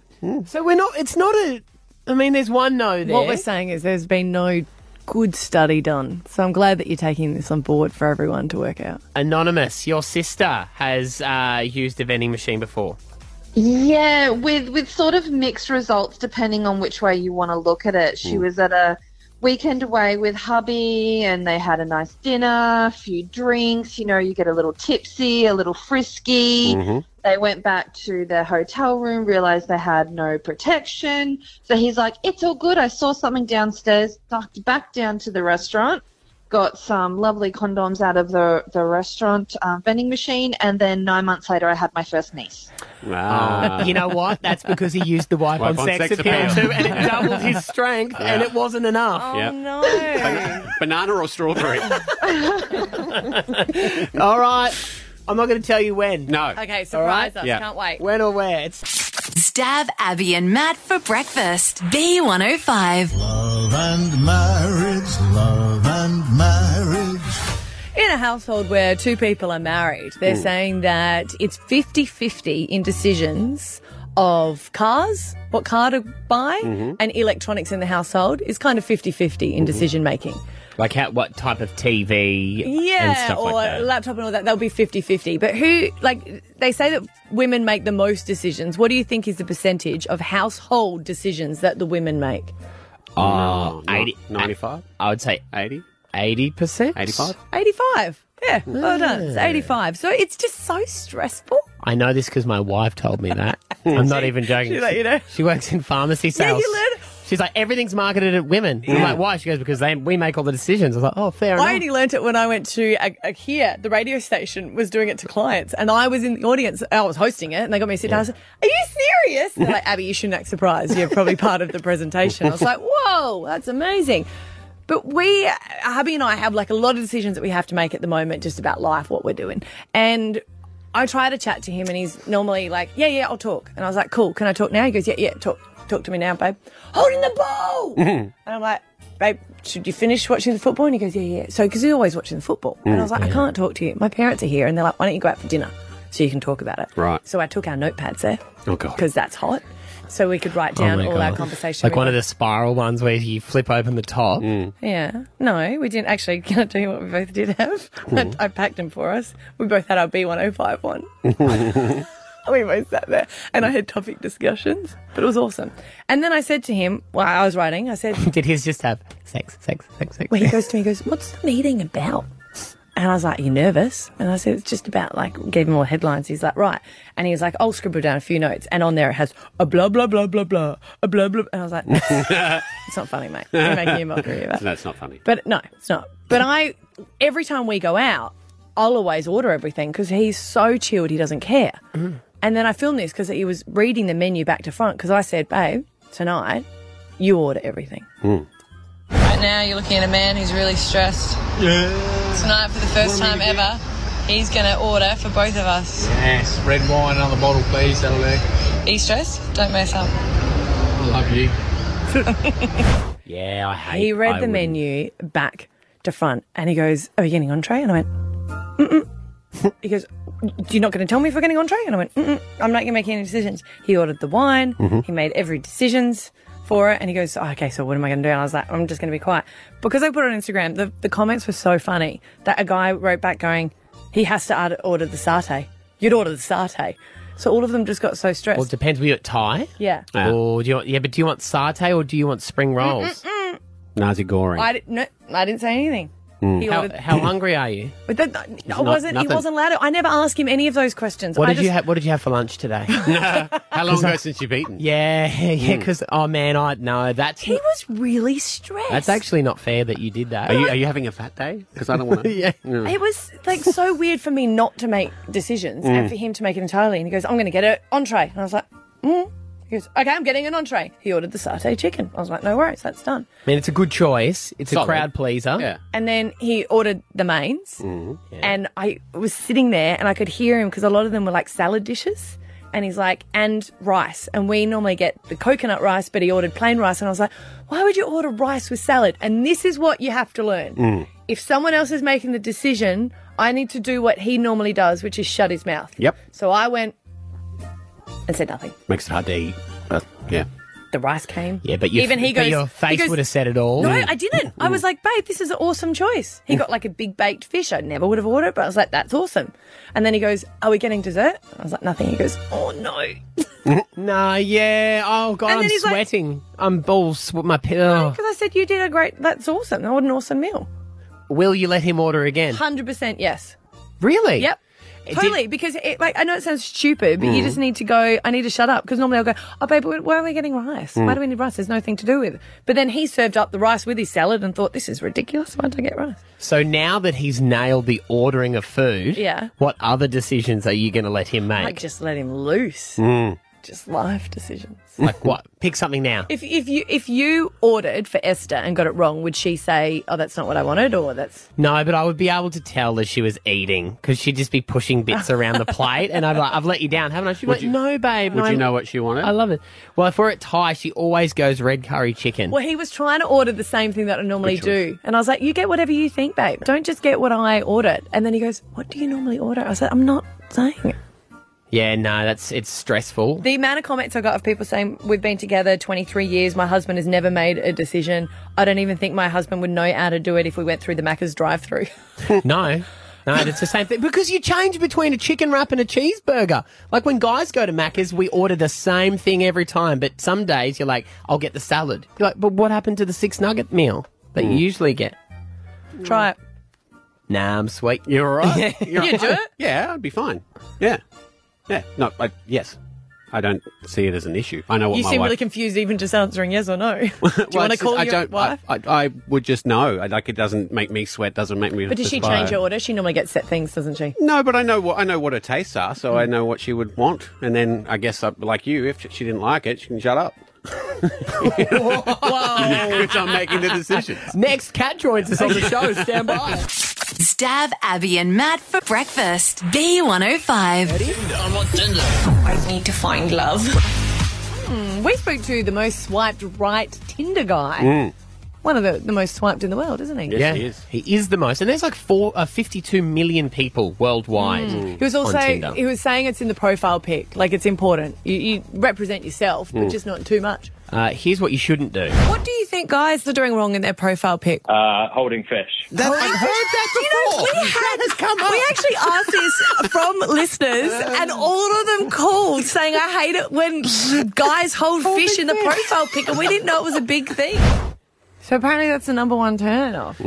Speaker 2: So we're not. It's not a. I mean, there's one no there.
Speaker 4: What we're saying is there's been no good study done. So I'm glad that you're taking this on board for everyone to work out.
Speaker 2: Anonymous, your sister has uh, used a vending machine before.
Speaker 14: Yeah, with with sort of mixed results depending on which way you want to look at it. She
Speaker 2: Mm.
Speaker 14: was at a weekend away with hubby and they had a nice dinner, a few drinks, you know, you get a little tipsy, a little frisky.
Speaker 1: Mhm.
Speaker 14: They went back to their hotel room, realized they had no protection. So he's like, "It's all good. I saw something downstairs." Ducked back down to the restaurant got some lovely condoms out of the, the restaurant um, vending machine, and then nine months later, I had my first niece.
Speaker 3: Ah.
Speaker 2: you know what? That's because he used the wipe,
Speaker 3: Wipe
Speaker 2: on,
Speaker 3: on
Speaker 2: sex,
Speaker 3: sex
Speaker 2: appeal
Speaker 3: appeal.
Speaker 2: too, and it doubled his strength,
Speaker 3: Yeah.
Speaker 2: and it wasn't enough.
Speaker 3: Yep.
Speaker 4: Oh, no.
Speaker 3: Banana or strawberry?
Speaker 2: All right. I'm not going to tell you when.
Speaker 3: No.
Speaker 4: Okay, surprise
Speaker 2: All right?
Speaker 4: us. Can't wait.
Speaker 2: When or where? It's
Speaker 5: Stab Abby and Matt for breakfast. B105.
Speaker 1: Love and marriage, love and marriage.
Speaker 4: In a household where two people are married, they're
Speaker 16: Mm.
Speaker 4: saying that it's 50 50 in decisions of cars, what car to buy,
Speaker 2: Mm-hmm.
Speaker 3: Mhm.
Speaker 4: and electronics in the household is kind of 50 50 in decision making.
Speaker 2: Like how, what type of TV and
Speaker 4: Yeah,
Speaker 2: stuff
Speaker 4: or
Speaker 2: like that.
Speaker 4: a laptop and all that. They'll be 50 50. But who, like, they say that women make the most decisions. What do you think is the percentage of household decisions that the women make?
Speaker 3: Oh, 80, 95?
Speaker 2: Uh, I would say
Speaker 3: 80.
Speaker 2: 80%?
Speaker 3: 85?
Speaker 4: 85. Yeah, well done. It's 85. So it's just so stressful.
Speaker 2: I know this because my wife told me that. I'm not even joking.
Speaker 4: she let you know?
Speaker 2: She works in pharmacy
Speaker 4: Yeah,
Speaker 2: sales.
Speaker 4: you learn.
Speaker 2: She's like, everything's marketed at women. I'm
Speaker 4: Yeah.
Speaker 2: like, why? She goes, because they, we make all the decisions. I was like, oh, fair
Speaker 4: I
Speaker 2: enough.
Speaker 4: only learnt it when I went to a, a here. The radio station was doing it to clients, and I was in the audience. I was hosting it, and they got me to sit down. I said, "Are you serious?" They're like, "Abby, you shouldn't act surprised. You're probably part of the presentation." I was like, "Whoa, that's amazing." But we, Abby and I, have like a lot of decisions that we have to make at the moment, just about life, what we're doing, and. I try to chat to him and he's normally like, yeah, yeah, I'll talk. And I was like, cool, can I talk now? He goes, yeah, yeah, talk, talk to me now, babe. "Oh, Holding the ball!
Speaker 16: Mhm.
Speaker 4: And I'm like, babe, should you finish watching the football? And he goes, yeah, yeah. So, because he's always watching the football. And I was
Speaker 2: Mm,
Speaker 4: like, I can't talk to you. My parents are here. And they're like, why don't you go out for dinner so you can talk about it?
Speaker 3: Right.
Speaker 4: So I took our notepads there
Speaker 3: Oh, God.
Speaker 4: because that's hot. So we could write
Speaker 2: Oh
Speaker 4: down
Speaker 2: my
Speaker 4: all
Speaker 2: God.
Speaker 4: our conversation. Mm.
Speaker 2: Like one of the spiral ones where you flip open the top.
Speaker 4: Yeah. No, we didn't actually. Can I tell you what we both did have?
Speaker 2: Mhm.
Speaker 4: I, I packed them for us. We both had our B105 one.
Speaker 17: Why
Speaker 4: We both sat there and I had topic discussions, but it was awesome. And then I said to him, while I was writing, I said,
Speaker 2: Did his just have sex, sex, sex, sex?
Speaker 4: Well, he goes to me, he goes, What's the meeting about? And I was like, You nervous? And I said, It's just about like, gave him all the headlines. He's like, Right. And he was like, I'll scribble down a few notes. And on there it has a blah, blah, blah, blah, blah, a blah, blah. And I was like, It's not funny, mate. You're making a mockery of it.
Speaker 3: That's not funny.
Speaker 4: But no, it's not. But I, every time we go out, I'll always order everything because he's so chilled, he doesn't care. And then I filmed this because he was reading the menu back to front because I said, babe, tonight you order everything.
Speaker 17: now you're looking at a man who's really stressed.
Speaker 18: Yeah.
Speaker 17: Tonight, for the first time ever, he's going to order for both of us.
Speaker 18: Yes, red wine, another bottle, please. That'll do.
Speaker 17: Are you stressed? Don't mess up.
Speaker 18: I love you.
Speaker 2: Yeah, I hate
Speaker 4: He read
Speaker 2: I
Speaker 4: the
Speaker 2: wouldn't.
Speaker 4: menu back to front and he goes, Are we getting entree? And I went, Mm-mm. he goes, You're not going to tell me if we're getting entree? And I went, Mm-mm, I'm not going to make any decisions. He ordered the wine.
Speaker 2: Mm-hmm.
Speaker 17: Mhm.
Speaker 4: He made every decisions for it. And he goes, "Oh, Okay, so what am I going to do? And I was like, I'm just going to be quiet. Because I put it on Instagram, the, the comments were so funny that a guy wrote back going, He has to ad- order the satay. You'd order the satay. So all of them just got so stressed.
Speaker 2: Well, it depends. Were you at Thai?
Speaker 4: Yeah.
Speaker 2: Or do you want, yeah, but do you want satay or do you want spring rolls?
Speaker 4: Mm-mm-mm.
Speaker 3: Nazi goring. Mm.
Speaker 4: I, di- no, I didn't say anything. He
Speaker 2: How,
Speaker 4: ordered-
Speaker 2: how hungry are you?
Speaker 4: But that, I
Speaker 2: Not-
Speaker 4: wasn't.
Speaker 2: nothing.
Speaker 4: He wasn't allowed. To, I never asked him any of those questions.
Speaker 2: What
Speaker 4: I
Speaker 2: did you
Speaker 4: just-
Speaker 2: have? What did you have for lunch today?
Speaker 3: How long ago since you've eaten?
Speaker 2: Yeah, yeah.
Speaker 3: Mm.
Speaker 2: Because oh man, I no. That's
Speaker 4: He was really stressed.
Speaker 2: that's actually not fair that you did that.
Speaker 3: Are you, are you having a fat day? Because I don't Mm. want to.
Speaker 2: yeah.
Speaker 4: It was like so weird for me not to make decisions
Speaker 3: Mm.
Speaker 4: and for him to make it entirely. And he goes, "I'm going to get an entree," and I was like, mm. "He goes, okay, I'm getting an entree." He ordered the satay chicken. I was like, "No worries, that's done."
Speaker 2: I mean, it's a good choice. It's a
Speaker 4: Solid.
Speaker 2: crowd pleaser. Mm-hmm. Yeah.
Speaker 4: And then he ordered the mains, and I was sitting there and I could hear him because a lot of them were like salad dishes. And he's like, and rice. And we normally get the coconut rice, but he ordered plain rice. And I was like, why would you order rice with salad? And this is what you have to learn.
Speaker 19: Uh,
Speaker 4: If someone else is making the decision, I need to do what he normally does, which is shut his mouth.
Speaker 3: Yep.
Speaker 4: So I went and said nothing.
Speaker 3: Makes it hard to eat. Uh, yeah.
Speaker 4: The rice came.
Speaker 2: Yeah, but your,
Speaker 4: Even he
Speaker 2: but
Speaker 4: goes-
Speaker 2: your
Speaker 4: he
Speaker 2: face
Speaker 4: goes,
Speaker 2: would have said it all.
Speaker 4: No, I didn't. I was like, babe, this is an awesome choice. He got like a big baked fish. I never would have ordered, but I was like, that's awesome. And then he goes, Are we getting dessert? I was like, Nothing. He goes, Oh no.
Speaker 2: no, yeah. Oh god,
Speaker 4: And
Speaker 2: I'm
Speaker 4: then he's like-
Speaker 2: sweating. I'm balls. swe- My oh. pillow.
Speaker 4: Because I said, You did a great, that's awesome. I what an awesome meal.
Speaker 2: Will you let him order again?
Speaker 4: 100% yes.
Speaker 2: Really?
Speaker 4: Yep.
Speaker 2: Did-
Speaker 4: Totally, because it, like I know it sounds stupid, but you
Speaker 2: Mm.
Speaker 4: just need to go. I need to shut up because normally I'll go, "Oh, babe, why why are we getting rice? Why
Speaker 2: Mm.
Speaker 4: do we need rice? There's nothing to do with." it." But then he served up the rice with his salad and thought, "This is ridiculous. Why did I get rice?"
Speaker 2: So now that he's nailed the ordering of food,
Speaker 4: Yeah.
Speaker 2: what other decisions are you going to let him make?
Speaker 4: Like just let him loose.
Speaker 2: Mm.
Speaker 4: Just life decisions.
Speaker 2: Like what? Pick something now.
Speaker 4: If, if you if you ordered for Esther and got it wrong, would she say, "Oh, that's not what I wanted," or "That's
Speaker 2: No, but I would be able to tell that she was eating because she'd just be pushing bits around the plate, and I'd be like, "I've let you down, haven't I?" She'd be
Speaker 3: Would
Speaker 2: like,
Speaker 3: you-
Speaker 2: "No, babe."
Speaker 3: would
Speaker 2: no,
Speaker 3: you
Speaker 2: I'm-
Speaker 3: know what she wanted?
Speaker 2: I love it. Well, if we're at Thai, she always goes red curry chicken.
Speaker 4: Well, he was trying to order the same thing that I normally do. And I was like, you get whatever you think, babe. Don't just get what I ordered. And then he goes, what do you normally order? I said, I'm not saying it.
Speaker 2: Yeah, no, that's it's stressful.
Speaker 4: The amount of comments I got of people saying, we've been together 23 years. My husband has never made a decision. I don't even think my husband would know how to do it if we went through the Macca's drive through.
Speaker 2: no. No, it's the same thing because you change between a chicken wrap and a cheeseburger. Like when guys go to Macca's, we order the same thing every time, but some days you're like, "I'll get the salad." You're like, "But what happened to the six nugget meal that
Speaker 3: Mm.
Speaker 2: you usually get?"
Speaker 4: Try it.
Speaker 2: Nah, I'm sweet. You're right.
Speaker 3: You'd do it? Yeah, I'd be fine. Yeah. Yeah. No, I, yes. I don't see it as an issue. I know what
Speaker 4: You
Speaker 3: my
Speaker 4: seem
Speaker 3: wife...
Speaker 4: really confused even just answering yes or no. do you
Speaker 3: Well,
Speaker 4: want to
Speaker 3: it's just-
Speaker 4: call
Speaker 3: I
Speaker 4: your
Speaker 3: don't,
Speaker 4: wife?
Speaker 3: I, I, I would just know. I, like, it doesn't make me sweat, doesn't make me
Speaker 4: but does she
Speaker 3: perspire.
Speaker 4: change her order? She normally gets set things, doesn't she?
Speaker 3: No, but I know what I know what her tastes are, so
Speaker 4: Mm.
Speaker 3: I know what she would want. And then I guess I, like you, if she didn't like it, she can shut up. Which I'm making the decision.
Speaker 2: Next cat droids is on the show. Stand by.
Speaker 5: Stab Abby and Matt for breakfast. B105.
Speaker 4: I want Tinder. I need to find love. Hmm, we spoke to the most swiped right Tinder guy.
Speaker 2: Mm.
Speaker 4: One of the, the most swiped in the world, isn't he?
Speaker 2: yeah, he is. He is the most, and there's like four, uh, 52 million people worldwide.
Speaker 4: Mm. He was also
Speaker 2: on Tinder.
Speaker 4: he was saying it's in the profile pic, like it's important. You, you represent yourself, but
Speaker 2: Mm.
Speaker 4: just not too much.
Speaker 2: uh, here's what you shouldn't do.
Speaker 4: What do you think guys are doing wrong in their profile pic?
Speaker 12: Uh, holding fish.
Speaker 2: That, I've heard that before.
Speaker 4: we had, We actually asked this from listeners, and all of them called saying, "I hate it when guys hold fish in the profile pic," and we didn't know it was a big thing. So apparently, that's the number one turn off.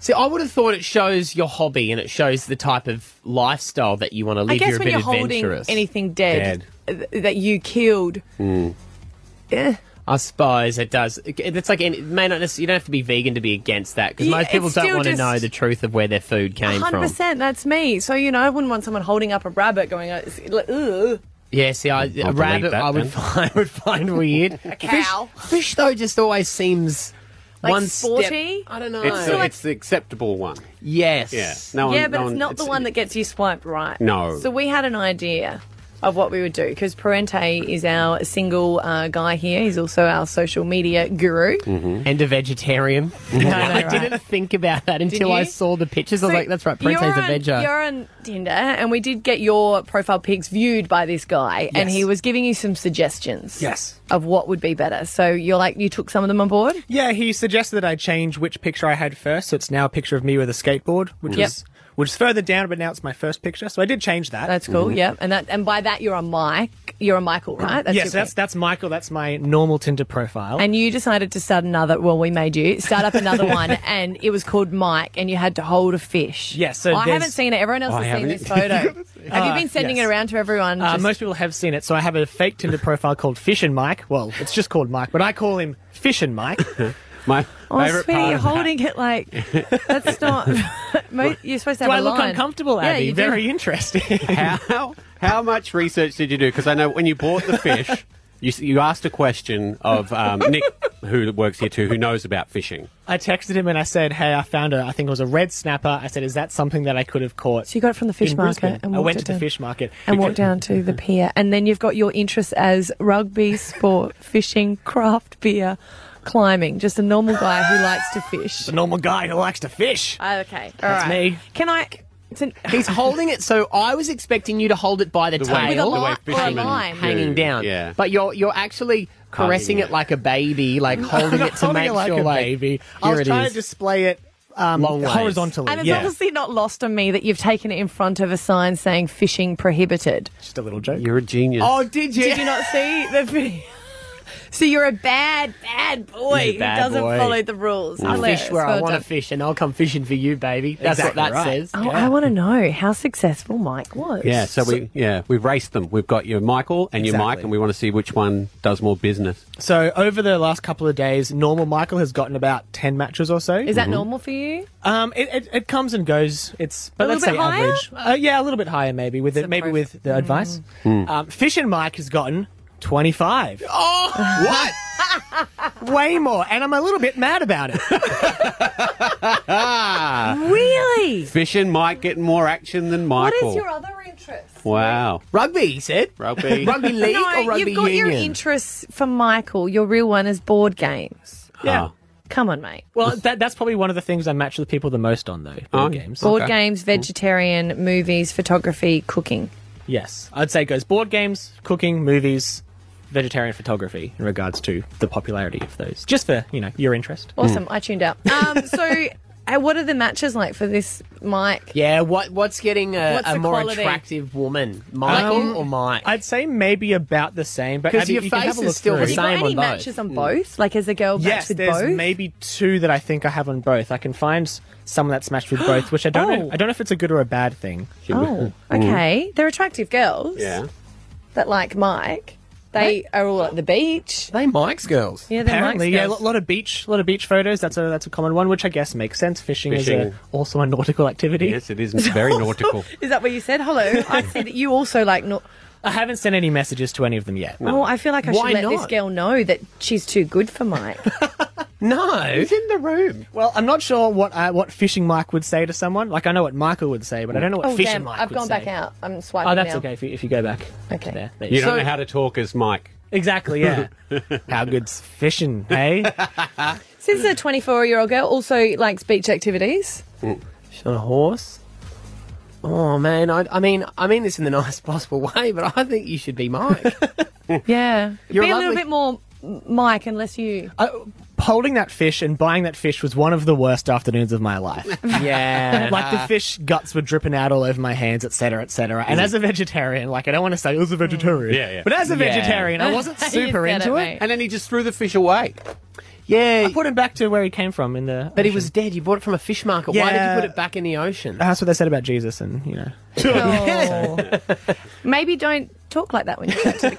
Speaker 2: See, I would have thought it shows your hobby and it shows the type of lifestyle that you want to live.
Speaker 4: I guess
Speaker 2: you're a
Speaker 4: when
Speaker 2: bit
Speaker 4: you're holding
Speaker 2: adventurous.
Speaker 4: anything dead, th- that you killed,
Speaker 2: Mm.
Speaker 4: eh,
Speaker 2: I suppose it does. It's like any, it may not necessarily, you don't have to be vegan to be against that because
Speaker 4: Yeah,
Speaker 2: most people
Speaker 4: it's
Speaker 2: don't
Speaker 4: still
Speaker 2: want to
Speaker 4: just-
Speaker 2: know the truth of where their food came
Speaker 4: hundred
Speaker 2: from.
Speaker 4: percent. That's me. So you know, I wouldn't want someone holding up a rabbit going, uh, it's like, "Ugh."
Speaker 2: Yeah, see, I,
Speaker 3: I'll
Speaker 2: a rabbit
Speaker 3: delete that
Speaker 2: I would,
Speaker 3: then.
Speaker 2: find, would find weird. a
Speaker 4: cow.
Speaker 2: Fish, fish, though, just always seems
Speaker 4: Like
Speaker 2: one step.
Speaker 4: sporty? I don't know.
Speaker 3: It's, the, it's the acceptable one.
Speaker 2: Yes.
Speaker 3: Yeah.
Speaker 4: yeah,
Speaker 3: one-
Speaker 4: but
Speaker 3: no
Speaker 4: it's
Speaker 3: one-
Speaker 4: not the one that gets you swiped right.
Speaker 3: No.
Speaker 4: So we had an idea of what we would do because Parente is our single uh, guy here. He's also our social media guru.
Speaker 2: And a vegetarian. I didn't think about that until I
Speaker 4: you?
Speaker 2: saw the pictures. I was
Speaker 4: So
Speaker 2: like, that's right,
Speaker 4: you're
Speaker 2: Prente's a
Speaker 4: on-
Speaker 2: veggie.
Speaker 4: You're on Tinder, and we did get your profile pics viewed by this guy, and
Speaker 2: Yes.
Speaker 4: he was giving you some suggestions.
Speaker 20: Yes.
Speaker 4: Of what would be better. So you're like, you took some of them on board?
Speaker 20: Yeah, he suggested that I change which picture I had first, so it's now a picture of me with a skateboard, which
Speaker 4: Yep.
Speaker 20: was which is further down, but now it's my first picture. So I did change that.
Speaker 4: That's cool,
Speaker 2: Mm-hmm.
Speaker 4: yeah. And that, and by that, you're a Mike. You're a Michael, right?
Speaker 20: yes,
Speaker 4: your
Speaker 20: that's that's Michael. That's my normal Tinder profile.
Speaker 4: And you decided to start another. Well, we made you start up another one, and it was called Mike, and you had to hold a fish.
Speaker 20: Yes, so
Speaker 4: I
Speaker 20: there's-
Speaker 4: haven't seen it. Everyone else
Speaker 20: Oh,
Speaker 4: has
Speaker 20: I
Speaker 4: seen
Speaker 20: haven't.
Speaker 4: this photo. Have you
Speaker 20: Uh,
Speaker 4: been sending
Speaker 20: yes.
Speaker 4: it around to everyone?
Speaker 20: Uh,
Speaker 4: Just-
Speaker 20: most people have seen it. So I have a fake Tinder profile called Fish and Mike. Well, it's just called Mike, but I call him Fish and Mike.
Speaker 3: my
Speaker 4: Oh, sweetie, you're holding it like that's not. mo- you're supposed to
Speaker 20: Do I
Speaker 4: have a
Speaker 20: look
Speaker 4: line.
Speaker 20: uncomfortable,
Speaker 4: Yeah,
Speaker 20: Abby?
Speaker 4: you do.
Speaker 20: Very interesting.
Speaker 3: how how much research did you do? Because I know when you bought the fish, you s- you asked a question of um, Nick, who works here too, who knows about fishing.
Speaker 20: I texted him and I said, "Hey, I found a. I think it was a red snapper." I said, "Is that something that I could have caught?" So
Speaker 4: you got it from the fish market and
Speaker 20: I
Speaker 4: walked
Speaker 20: went
Speaker 4: it
Speaker 20: to the
Speaker 4: down.
Speaker 20: fish market
Speaker 4: and walk down to the pier, and then you've got your interests as rugby, sport, fishing, craft beer, climbing. Just a normal guy who likes to fish.
Speaker 20: The normal guy who likes to fish.
Speaker 4: Oh, Okay, all
Speaker 20: That's
Speaker 4: right.
Speaker 20: me.
Speaker 4: Can I? It's an,
Speaker 2: He's holding it, so I was expecting you to hold it by the,
Speaker 3: The way-
Speaker 2: tail,
Speaker 3: With a the way li- or a fishermen line.
Speaker 2: hanging
Speaker 3: do,
Speaker 2: down.
Speaker 3: yeah.
Speaker 2: But you're you're actually caressing it like a baby, like holding
Speaker 20: Not
Speaker 2: it to
Speaker 20: holding
Speaker 2: make
Speaker 20: it like
Speaker 2: sure,
Speaker 20: a
Speaker 2: like
Speaker 20: baby. I
Speaker 2: Here
Speaker 20: was
Speaker 2: it
Speaker 20: trying
Speaker 2: is.
Speaker 20: to display it um,
Speaker 2: Long ways.
Speaker 20: horizontally.
Speaker 4: And it's
Speaker 20: yeah.
Speaker 4: obviously not lost on me that you've taken it in front of a sign saying fishing prohibited.
Speaker 20: Just a little joke.
Speaker 3: You're a genius.
Speaker 4: Oh, did you? Did you not see the video? so you're a bad, bad boy
Speaker 2: He's a bad
Speaker 4: who doesn't
Speaker 2: boy.
Speaker 4: follow the rules.
Speaker 2: I'll
Speaker 4: Hilarious.
Speaker 2: fish where I
Speaker 4: Well
Speaker 2: want to
Speaker 4: done.
Speaker 2: fish, and I'll come fishing for you, baby. That's
Speaker 20: Exactly
Speaker 2: what that
Speaker 20: right.
Speaker 2: says.
Speaker 4: Oh, I want to know how successful Mike was.
Speaker 3: Yeah, so we yeah we've raced them. We've got your Michael and your Mike,
Speaker 20: Exactly.
Speaker 3: and we want to see which one does more business.
Speaker 20: So over the last couple of days, normal Michael has gotten about ten matches or so.
Speaker 4: Is
Speaker 2: Mm-hmm.
Speaker 4: that normal for you?
Speaker 20: Um, it, it, it comes and goes. It's but
Speaker 4: A
Speaker 20: let's
Speaker 4: little
Speaker 20: say
Speaker 4: bit higher? Mm.
Speaker 20: average. Uh, yeah, a little bit higher maybe with it, maybe with the advice. Um, Fish and Mike has gotten 25.
Speaker 2: Oh,
Speaker 20: what? Way more, and I'm a little bit mad about it.
Speaker 3: really? Fish and Mike getting more action than Michael.
Speaker 4: other interest?
Speaker 3: Wow.
Speaker 2: Rugby, he said.
Speaker 3: Rugby.
Speaker 4: no, you've got your interests for Michael. Your real one is board games.
Speaker 20: Yeah. Huh.
Speaker 4: Come on, mate.
Speaker 20: Well, that, that's probably one of the things I match with people the most on, though. Board games.
Speaker 4: Board games, vegetarian, movies, photography, cooking.
Speaker 20: Mm. Yes. I'd say it goes board games, cooking, movies, vegetarian photography in regards to the popularity of those. Just for, you know, your interest.
Speaker 4: Mm. Awesome. I tuned out. Um, so, uh, what are the matches like for this Mike?
Speaker 2: Yeah, what what's getting a,
Speaker 4: What's
Speaker 2: a
Speaker 4: the
Speaker 2: more
Speaker 4: quality?
Speaker 2: attractive woman, Michael
Speaker 20: Um,
Speaker 2: or Mike?
Speaker 20: I'd say maybe about the same, but
Speaker 2: 'Cause
Speaker 20: Abby,
Speaker 2: your
Speaker 20: you can
Speaker 2: face
Speaker 20: have a
Speaker 2: is
Speaker 20: look
Speaker 2: still the
Speaker 20: through. Hmm.
Speaker 2: same
Speaker 4: Are any matches on both? Like, is a girl
Speaker 20: Yes,
Speaker 4: matched with
Speaker 20: there's
Speaker 4: both?
Speaker 20: maybe two that I think I have on both. I can find s- someone that's matched with both, which I don't know.
Speaker 4: Oh.
Speaker 20: I don't know if it's a good or a bad thing.
Speaker 4: Oh,
Speaker 3: Mm.
Speaker 4: okay. They're attractive girls
Speaker 20: Hmm. Yeah.
Speaker 4: that like Mike. They are all at the beach.
Speaker 2: They Mike's girls.
Speaker 4: Yeah, they're
Speaker 20: Apparently,
Speaker 4: Mike's
Speaker 20: yeah, a
Speaker 4: girls.
Speaker 20: lot of beach, lot of beach photos. That's a that's a common one, which I guess makes sense. Fishing, is
Speaker 3: Fishing.
Speaker 20: a, also a nautical activity.
Speaker 3: Yes, it is very nautical.
Speaker 4: Is that what you said? Hello. I said that you also like. No-
Speaker 20: I haven't sent any messages to any of them yet.
Speaker 4: Oh, I feel like I
Speaker 20: Why
Speaker 4: should let this
Speaker 20: not?
Speaker 4: girl know that she's too good for Mike.
Speaker 20: No,
Speaker 4: He's
Speaker 20: in the room. Well, I'm not sure what I, what fishing Mike would say to someone. Like I know what Michael would say, but I don't know what
Speaker 4: oh,
Speaker 20: fishing
Speaker 4: damn.
Speaker 20: Mike
Speaker 4: I've
Speaker 20: would
Speaker 4: gone
Speaker 20: say.
Speaker 4: back out. I'm swiping
Speaker 20: Oh, that's
Speaker 4: now.
Speaker 20: okay if you, if you go back.
Speaker 4: Okay.
Speaker 20: There, there
Speaker 3: You
Speaker 20: go.
Speaker 3: don't know how to talk as Mike.
Speaker 20: Exactly. Yeah. how good's fishing? Hey.
Speaker 4: So this is a 24 year old girl, also likes beach activities.
Speaker 2: She's on a horse. Oh man, I, I mean, I mean this in the nicest possible way, but I think you should be Mike.
Speaker 4: yeah,
Speaker 2: You're
Speaker 4: Be a little
Speaker 2: lovely.
Speaker 4: bit more M- Mike and less you.
Speaker 20: Uh, Holding that fish and buying that fish was one of the worst afternoons of my life.
Speaker 2: Yeah.
Speaker 20: like the fish guts were dripping out all over my hands, etc., etc. And as a vegetarian, like I don't want to say it was a vegetarian,
Speaker 3: Yeah, yeah.
Speaker 20: but as a
Speaker 3: Yeah.
Speaker 20: vegetarian, I wasn't
Speaker 3: You
Speaker 20: super
Speaker 3: said
Speaker 20: into
Speaker 3: it,
Speaker 20: it.
Speaker 3: mate.
Speaker 20: And then he just threw the fish away. Yeah, I put him back to where he came from in the.
Speaker 2: But he was dead. You bought it from a fish market. Why did
Speaker 20: Yeah.
Speaker 2: you put it back in the ocean?
Speaker 20: That's what they said about Jesus, and you know.
Speaker 4: Maybe don't talk like that when you chat to the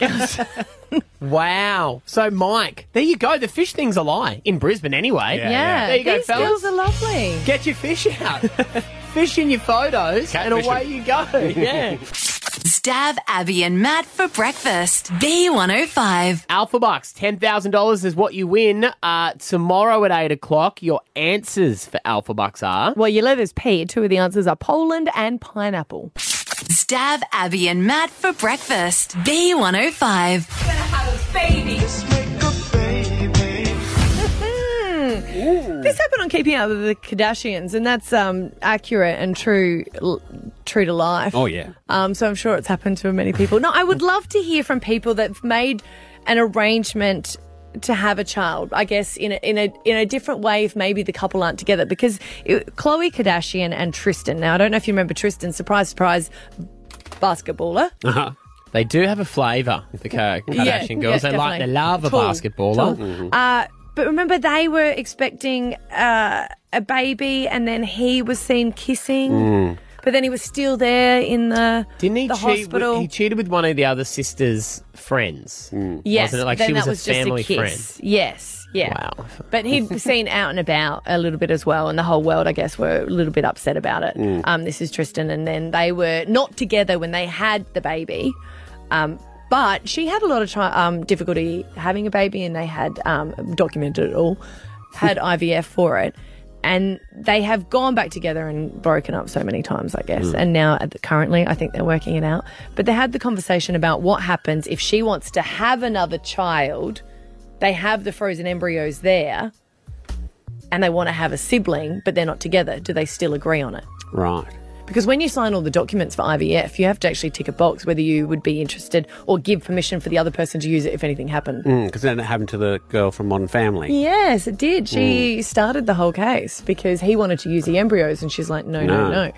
Speaker 4: girls.
Speaker 2: Wow. So Mike, there you go. The fish thing's a lie in Brisbane, anyway.
Speaker 4: Yeah,
Speaker 2: There you
Speaker 4: these
Speaker 2: go, fellas.
Speaker 4: girls are lovely.
Speaker 2: Get your fish out. fish in your photos, and
Speaker 5: fishing.
Speaker 2: away you go. Yeah.
Speaker 5: Stab Abby and Matt for breakfast. B105.
Speaker 2: Alpha Bucks, $10,000 is what you win. Uh, tomorrow at 8 o'clock, your answers for Alpha Bucks are.
Speaker 4: Well, your letters P. Two of the answers are Poland and pineapple.
Speaker 5: Stab Abby and Matt for breakfast. B105.
Speaker 3: Mm.
Speaker 4: Hmm. This happened on Keeping Up with the Kardashians, and that's um, accurate and true, l- true to life.
Speaker 3: Oh, yeah.
Speaker 4: Um, so I'm sure it's happened to many people. No, I would love to hear from people that've made an arrangement to have a child. I guess in a, in a in a different way if maybe the couple aren't together because Chloe Kardashian and Tristan. Now I don't know if you remember Tristan. Surprise, surprise, basketballer.
Speaker 2: Uh-huh. They do have a flavour, the Ka- Kardashian
Speaker 4: Yeah,
Speaker 2: girls.
Speaker 4: yeah,
Speaker 2: they like
Speaker 4: definitely.
Speaker 2: the love of
Speaker 4: Tall,
Speaker 2: basketballer. Mm-hmm.
Speaker 4: tall.
Speaker 2: Mm.
Speaker 4: Uh, but remember, they were expecting uh, a baby, and then he was seen kissing.
Speaker 2: Mm.
Speaker 4: But then he was still there in the
Speaker 2: Didn't he
Speaker 4: the
Speaker 2: cheat? with-
Speaker 4: hospital. Mm.
Speaker 2: he cheated with one of the other sister's friends.
Speaker 4: yes,
Speaker 2: wasn't it? Like
Speaker 4: then
Speaker 2: she was,
Speaker 4: that
Speaker 2: a family
Speaker 4: just a
Speaker 2: friend.
Speaker 4: kiss. Yes, yeah.
Speaker 2: Wow.
Speaker 4: But he'd seen out and about a little bit as well, and the whole world, I guess, were a little bit upset about it.
Speaker 2: Mm.
Speaker 4: Um, this is Tristan, and then they were not together when they had the baby. Um, but she had a lot of tri- um, difficulty having a baby, and they had um, documented it all, had IVF for it. And they have gone back together and broken up so many times, I guess.
Speaker 19: Mm.
Speaker 4: And now, at the- currently, I think they're working it out. But they had the conversation about what happens if she wants to have another child. They have the frozen embryos there and they want to have a sibling, but they're not together, do they still agree on it?
Speaker 3: Right.
Speaker 4: Because when you sign all the documents for IVF, you have to actually tick a box whether you would be interested or give permission for the other person to use it if anything happened.
Speaker 3: Because Mm, then it happened to the girl from Modern Family.
Speaker 4: Yes, it did. She started the whole case because he wanted to use the embryos, and she's like, no, no, no.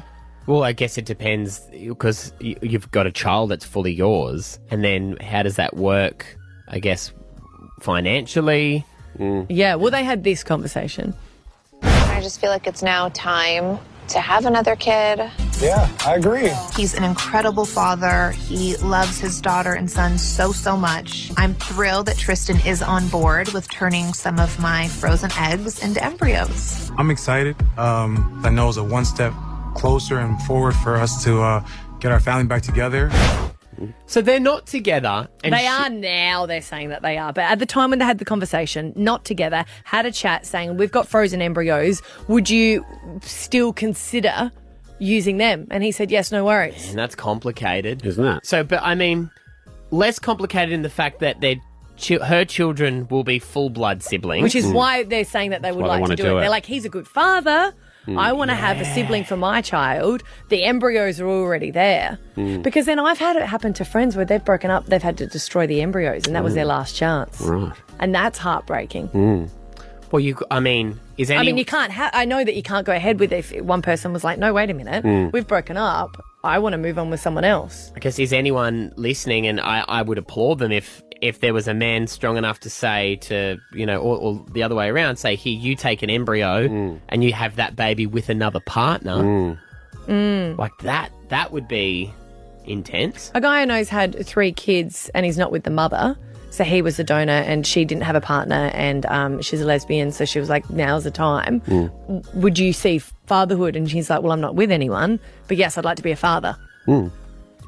Speaker 2: Well, I guess it depends because y- you've got a child that's fully yours, and then how does that work? I guess financially.
Speaker 3: Mm.
Speaker 4: Yeah, well, they had this conversation.
Speaker 21: I just feel like it's now time to have another kid.
Speaker 22: Yeah, I agree.
Speaker 21: He's an incredible father. He loves his daughter and son so, so much. I'm thrilled that Tristan is on board with turning some of my frozen eggs into embryos.
Speaker 18: I'm excited. Um, I know it's a one step closer and forward for us to uh, get our family back together.
Speaker 2: So they're not together. And
Speaker 4: they
Speaker 2: she-
Speaker 4: are now. They're saying that they are, but at the time when they had the conversation, not together, had a chat saying, "We've got frozen embryos. Would you still consider using them?" And he said, "Yes, no worries."
Speaker 2: And that's complicated,
Speaker 3: isn't it?
Speaker 2: So, but I mean, less complicated in the fact that their chi- her children will be full blood siblings,
Speaker 4: Which is
Speaker 3: Mm.
Speaker 4: why they're saying that they would
Speaker 2: why they
Speaker 4: like to
Speaker 2: wanna
Speaker 4: do,
Speaker 2: do
Speaker 4: it.
Speaker 2: it.
Speaker 4: They're like, he's a good father.
Speaker 2: Mm.
Speaker 4: I want to have a sibling for my child. The embryos are already there.
Speaker 3: Mm.
Speaker 4: Because then I've had it happen to friends where they've broken up, they've had to destroy the embryos, and that was their
Speaker 2: Mm.
Speaker 4: last chance.
Speaker 3: Right. Mm.
Speaker 4: And that's heartbreaking.
Speaker 2: Well, you, I mean, is any?
Speaker 4: I mean, you can't. Ha- I know that you can't go ahead with if one person was like, "No, wait a minute,
Speaker 2: Mm.
Speaker 4: we've broken up. I want to move on with someone else."
Speaker 2: I guess is anyone listening, and I, I would applaud them if if there was a man strong enough to say to you know, or, or the other way around, say here you take an embryo
Speaker 3: Mm.
Speaker 2: and you have that baby with another partner, like that. That would be intense.
Speaker 4: Hmm. A guy I know's had three kids and he's not with the mother. So he was the donor and she didn't have a partner and um, she's a lesbian. So she was like, now's the time. W- Would you see fatherhood? And she's like, well, I'm not with anyone, but yes, I'd like to be a father.
Speaker 3: Mm.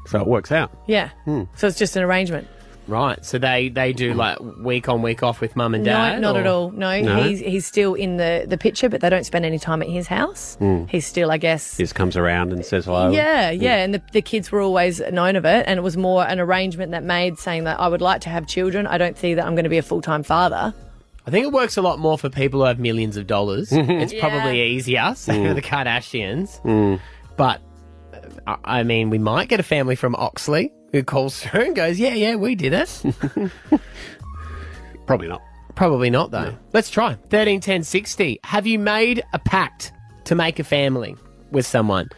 Speaker 3: So it works out.
Speaker 4: Yeah.
Speaker 3: Mm.
Speaker 4: So it's just an arrangement.
Speaker 2: Hmm. Right. So they they do like week on week off with mum and dad.
Speaker 4: no, not
Speaker 2: or-
Speaker 4: at all. No, He's, he's still in the, the picture, but they don't spend any time at his house.
Speaker 2: Hmm.
Speaker 3: Mm.
Speaker 4: He's still, I guess.
Speaker 3: This comes around and says hello.
Speaker 4: Yeah, yeah, and the, the kids were always known of it, and it was more an arrangement that made saying that I would like to have children. I don't see that I'm going to be a full time father.
Speaker 2: I think it works a lot more for people who have millions of dollars.
Speaker 3: Mm-hmm.
Speaker 2: it's
Speaker 4: Yeah.
Speaker 2: probably easier. So
Speaker 4: Mm.
Speaker 2: the Kardashians.
Speaker 3: Mm.
Speaker 2: But uh, I I mean, we might get a family from Oxley who calls through and goes, "Yeah, yeah, we did it."
Speaker 3: Probably not.
Speaker 2: Probably not though. Let's try thirteen ten sixty. Have you made a pact to make a family with someone?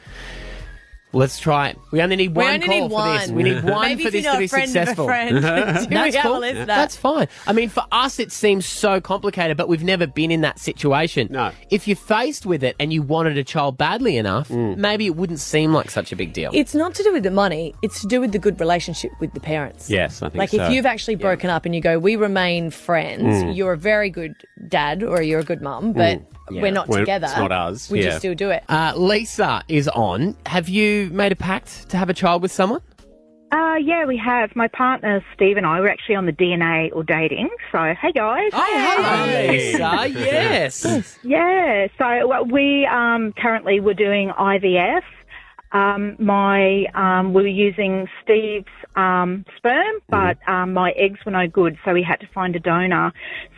Speaker 2: Let's try it. We only need
Speaker 4: We
Speaker 2: one
Speaker 4: only
Speaker 2: call
Speaker 4: need
Speaker 2: for this.
Speaker 4: one.
Speaker 2: We need
Speaker 4: Yeah.
Speaker 2: one
Speaker 4: Maybe
Speaker 2: for
Speaker 4: if you
Speaker 2: this
Speaker 4: know
Speaker 2: to
Speaker 4: a
Speaker 2: be
Speaker 4: friend of a
Speaker 2: successful.
Speaker 4: friend, do we
Speaker 2: That's
Speaker 4: have a
Speaker 2: cool.
Speaker 4: list of that?
Speaker 2: That's fine. I mean, for us, it seems so complicated, but we've never been in that situation. No. If you're faced with it and you wanted a child badly enough, maybe it wouldn't seem like such a big deal.
Speaker 4: It's not to do with the money; it's to do with the good relationship with the parents.
Speaker 2: Yes, I think
Speaker 4: like
Speaker 2: so.
Speaker 4: if you've actually broken up and you go, "We remain friends,"
Speaker 2: Mm.
Speaker 4: you're a very good dad or you're a good mum, but
Speaker 2: Mm. Yeah.
Speaker 4: we're not
Speaker 2: We're-
Speaker 4: together.
Speaker 2: it's not us.
Speaker 4: Would
Speaker 2: Yeah.
Speaker 4: you still do it?
Speaker 2: Uh, Lisa is on. Have you made a pact to have a child with someone?
Speaker 19: Uh, yeah, we have. My partner Steve and I were actually on the DNA or dating. So, hey guys.
Speaker 2: Lisa, yes.
Speaker 19: Yeah. So well, we um, currently were doing IVF. Um, my um, we were using Steve's um, sperm, but um, my eggs were no good, so we had to find a donor.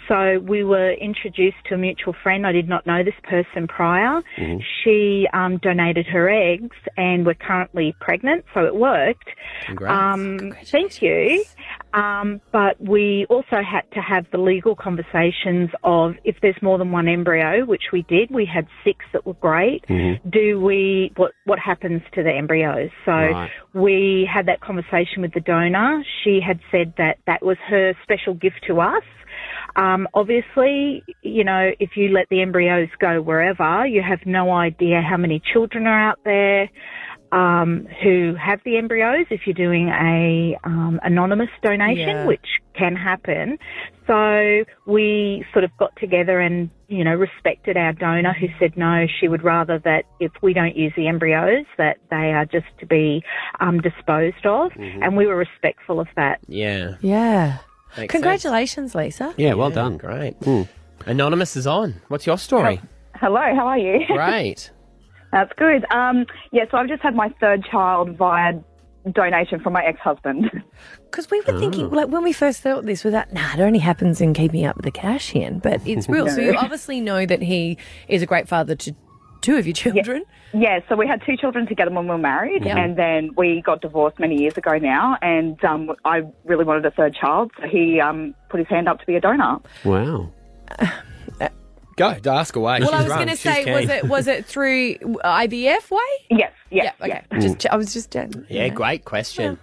Speaker 19: So we were introduced to a mutual friend. I did not know this person prior.
Speaker 13: Mm-hmm.
Speaker 19: She um, donated her eggs, and we're currently pregnant, so it worked.
Speaker 22: Congrats.
Speaker 19: Um, thank you. Um, but we also had to have the legal conversations of if there's more than one embryo, which we did. We had six that were great. Do we what what happens to the embryos? So
Speaker 22: Right.
Speaker 19: we had that conversation with the donor. She had said that that was her special gift to us. Um, obviously, you know, if you let the embryos go wherever, you have no idea how many children are out there um, who have the embryos. If you're doing a um, anonymous donation,
Speaker 22: Yeah.
Speaker 19: which can happen, so we sort of got together and you know respected our donor who said no, she would rather that if we don't use the embryos, that they are just to be um, disposed of,
Speaker 2: Mhm.
Speaker 19: and we were respectful of that.
Speaker 2: Yeah.
Speaker 4: Yeah.
Speaker 2: Makes
Speaker 4: Congratulations, Lisa.
Speaker 2: Yeah, well done. Great. Anonymous is on. What's your story?
Speaker 22: Hello, how are you?
Speaker 2: Great.
Speaker 22: That's good. Um, yeah, so I've just had my third child via donation from my ex-husband.
Speaker 4: Because we were thinking, like when we first thought this, was that nah, it only happens in keeping up with the Kardashian, but it's real. So you
Speaker 22: No.
Speaker 4: obviously know that he is a great father to two of your children.
Speaker 22: Yeah, so we had two children together when we were married,
Speaker 4: Yeah.
Speaker 22: and then we got divorced many years ago now. And um, I really wanted a third child, so he um, put his hand up to be a donor.
Speaker 3: Wow. Go, ask away.
Speaker 4: Well, I was going to say, was it was it through IVF way?
Speaker 22: Yes.
Speaker 4: Yeah. Okay. Just, I was just. Um,
Speaker 2: Yeah, great question.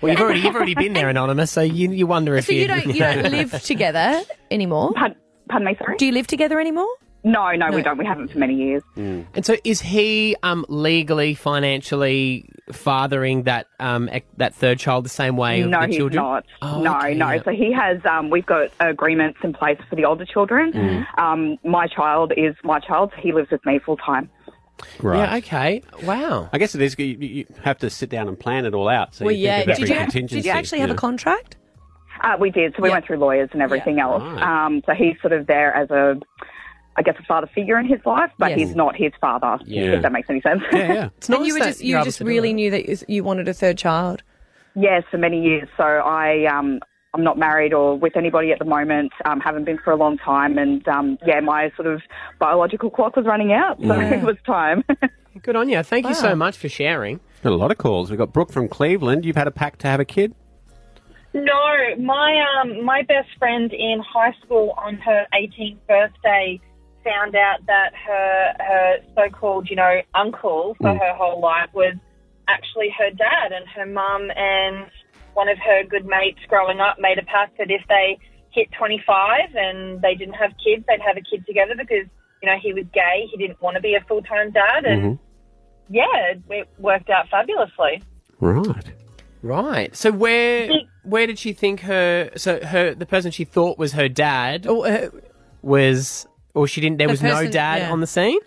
Speaker 2: Well, you've already you've already been there, anonymous. So you you wonder if
Speaker 4: So you don't you don't live together anymore?
Speaker 22: Pardon, me, sorry.
Speaker 4: Do you live together anymore?
Speaker 22: No, no,
Speaker 2: No.
Speaker 22: we don't. We haven't for many years.
Speaker 2: And so, is he um, legally, financially fathering that um, ec- that third child the same way?
Speaker 22: No,
Speaker 2: of the
Speaker 22: he's
Speaker 2: children?
Speaker 22: not.
Speaker 2: Oh,
Speaker 22: no,
Speaker 2: okay,
Speaker 22: no.
Speaker 2: yeah.
Speaker 22: So he has. Um, we've got agreements in place for the older children.
Speaker 2: Mm.
Speaker 22: Um, my child is my child. So he lives with me full time.
Speaker 3: Right.
Speaker 2: Yeah, okay. Wow.
Speaker 3: I guess it is. You, you have to sit down and plan it all out. So
Speaker 4: well,
Speaker 3: you
Speaker 4: yeah.
Speaker 3: think of
Speaker 4: Did
Speaker 3: every
Speaker 4: you,
Speaker 3: contingency.
Speaker 4: did you actually have
Speaker 3: yeah.
Speaker 4: a contract?
Speaker 22: Uh, we did. So we went through lawyers and everything else. Um, so he's sort of there as a, I guess, a father figure in his life, but
Speaker 4: Yes.
Speaker 22: he's not his father.
Speaker 4: Yeah.
Speaker 22: If that makes any sense.
Speaker 4: Yeah, yeah. It's and you were
Speaker 22: that
Speaker 4: just
Speaker 22: you're
Speaker 4: you
Speaker 22: able
Speaker 4: just
Speaker 22: to do
Speaker 4: really knew that you- you wanted a third child.
Speaker 22: Yes, for many years. So I, um, I'm not married or with anybody at the moment. Um, haven't been for a long time, and um, yeah, my sort of biological clock was running out, so
Speaker 3: Yeah.
Speaker 22: it was time.
Speaker 2: Good on you. Thank you so
Speaker 22: Wow.
Speaker 2: much for sharing.
Speaker 3: Got a lot of calls. We've got Brooke from Cleveland. You've had a pact to have a kid?
Speaker 23: No, my um, my best friend in high school on her 18th birthday found out that her her so-called you know uncle for
Speaker 24: Mm.
Speaker 23: her whole life was actually her dad, and her mum and one of her good mates growing up made a pact that if they hit 25 and they didn't have kids, they'd have a kid together because you know he was gay, he didn't want to be a full-time dad, and yeah, it, it worked out fabulously.
Speaker 3: Right.
Speaker 2: Right. So where where did she think her so her the person she thought was her dad
Speaker 22: Oh, uh,
Speaker 2: was or she didn't there
Speaker 23: The
Speaker 2: was no
Speaker 23: person-
Speaker 2: dad
Speaker 23: yeah.
Speaker 2: on the scene?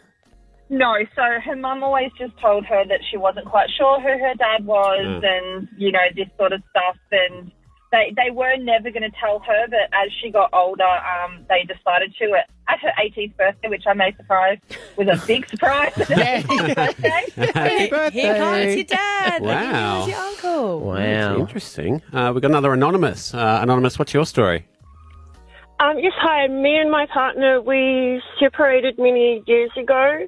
Speaker 23: No, so her mum always just told her that she wasn't quite sure who her dad was
Speaker 2: Yeah.
Speaker 23: and, you know, this sort of stuff. And they, they were never going to tell her, but as she got older, um, they decided to at, at her 18th birthday, which I may surprise, was a big surprise.
Speaker 3: Happy
Speaker 23: Here
Speaker 4: comes your dad.
Speaker 3: Wow.
Speaker 4: Your uncle.
Speaker 3: Wow. That's interesting. Uh, we've got another Anonymous. Uh, anonymous, what's your story?
Speaker 24: Um, yes, hi. Me and my partner, we separated many years ago,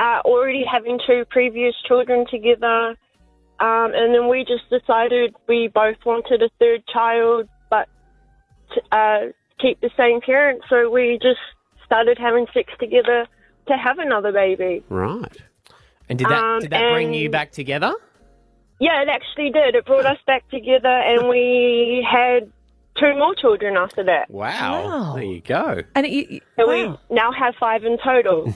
Speaker 24: uh, already having two previous children together. Um, and then we just decided we both wanted a third child, but t- uh, keep the same parent. So we just started having sex together to have another baby.
Speaker 3: Right.
Speaker 2: And did that
Speaker 24: Um,
Speaker 2: did that bring you
Speaker 24: and-
Speaker 2: back together?
Speaker 24: Yeah, it actually did. It brought us back together, and we had two more children after that.
Speaker 3: Wow. There you go.
Speaker 4: And it,
Speaker 24: So we now have five in total.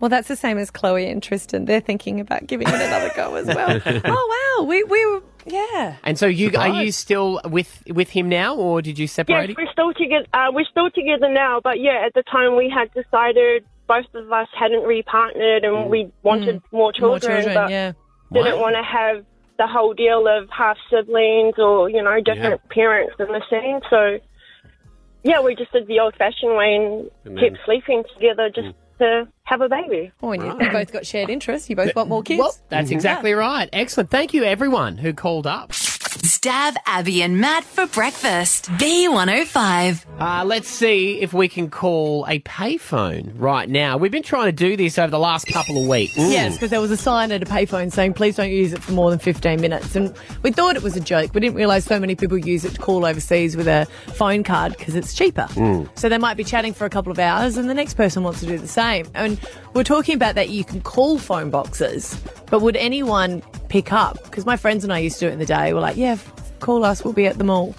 Speaker 4: well, that's the same as Chloe and Tristan. They're thinking about giving it another go as well. oh wow, we we were yeah.
Speaker 2: And so you are you
Speaker 4: Surprise.
Speaker 2: still with with him now or did you separate?
Speaker 24: Yes, we're still together. Uh, we're still together now, but yeah, at the time we had decided both of us hadn't repartnered and we wanted more children,
Speaker 4: Mm. children,
Speaker 24: but
Speaker 4: yeah.
Speaker 24: didn't want to have the whole deal of half siblings or you know different parents in the scene. So yeah, we just did the old-fashioned way and,
Speaker 4: And
Speaker 24: kept
Speaker 4: then- Mm.
Speaker 24: sleeping together just to have a baby.
Speaker 4: Oh, and you, they both got shared interests. You both want more kids.
Speaker 2: Well, that's exactly right. Excellent. Thank you everyone who called up.
Speaker 5: Stab Abby and Matt for breakfast. B105.
Speaker 2: Uh, let's see if we can call a payphone right now. We've been trying to do this over the last couple of weeks.
Speaker 4: Yes, because there was a sign at a payphone saying, please don't use it for more than 15 minutes. And we thought it was a joke. We didn't realise so many people use it to call overseas with a phone card because it's cheaper.
Speaker 25: Mm.
Speaker 4: So they might be chatting for a couple of hours and the next person wants to do the same. And we're talking about that you can call phone boxes, but would anyone pick up? Because my friends and I used to do it in the day. We're like, yeah, f- call us, we'll be at the mall.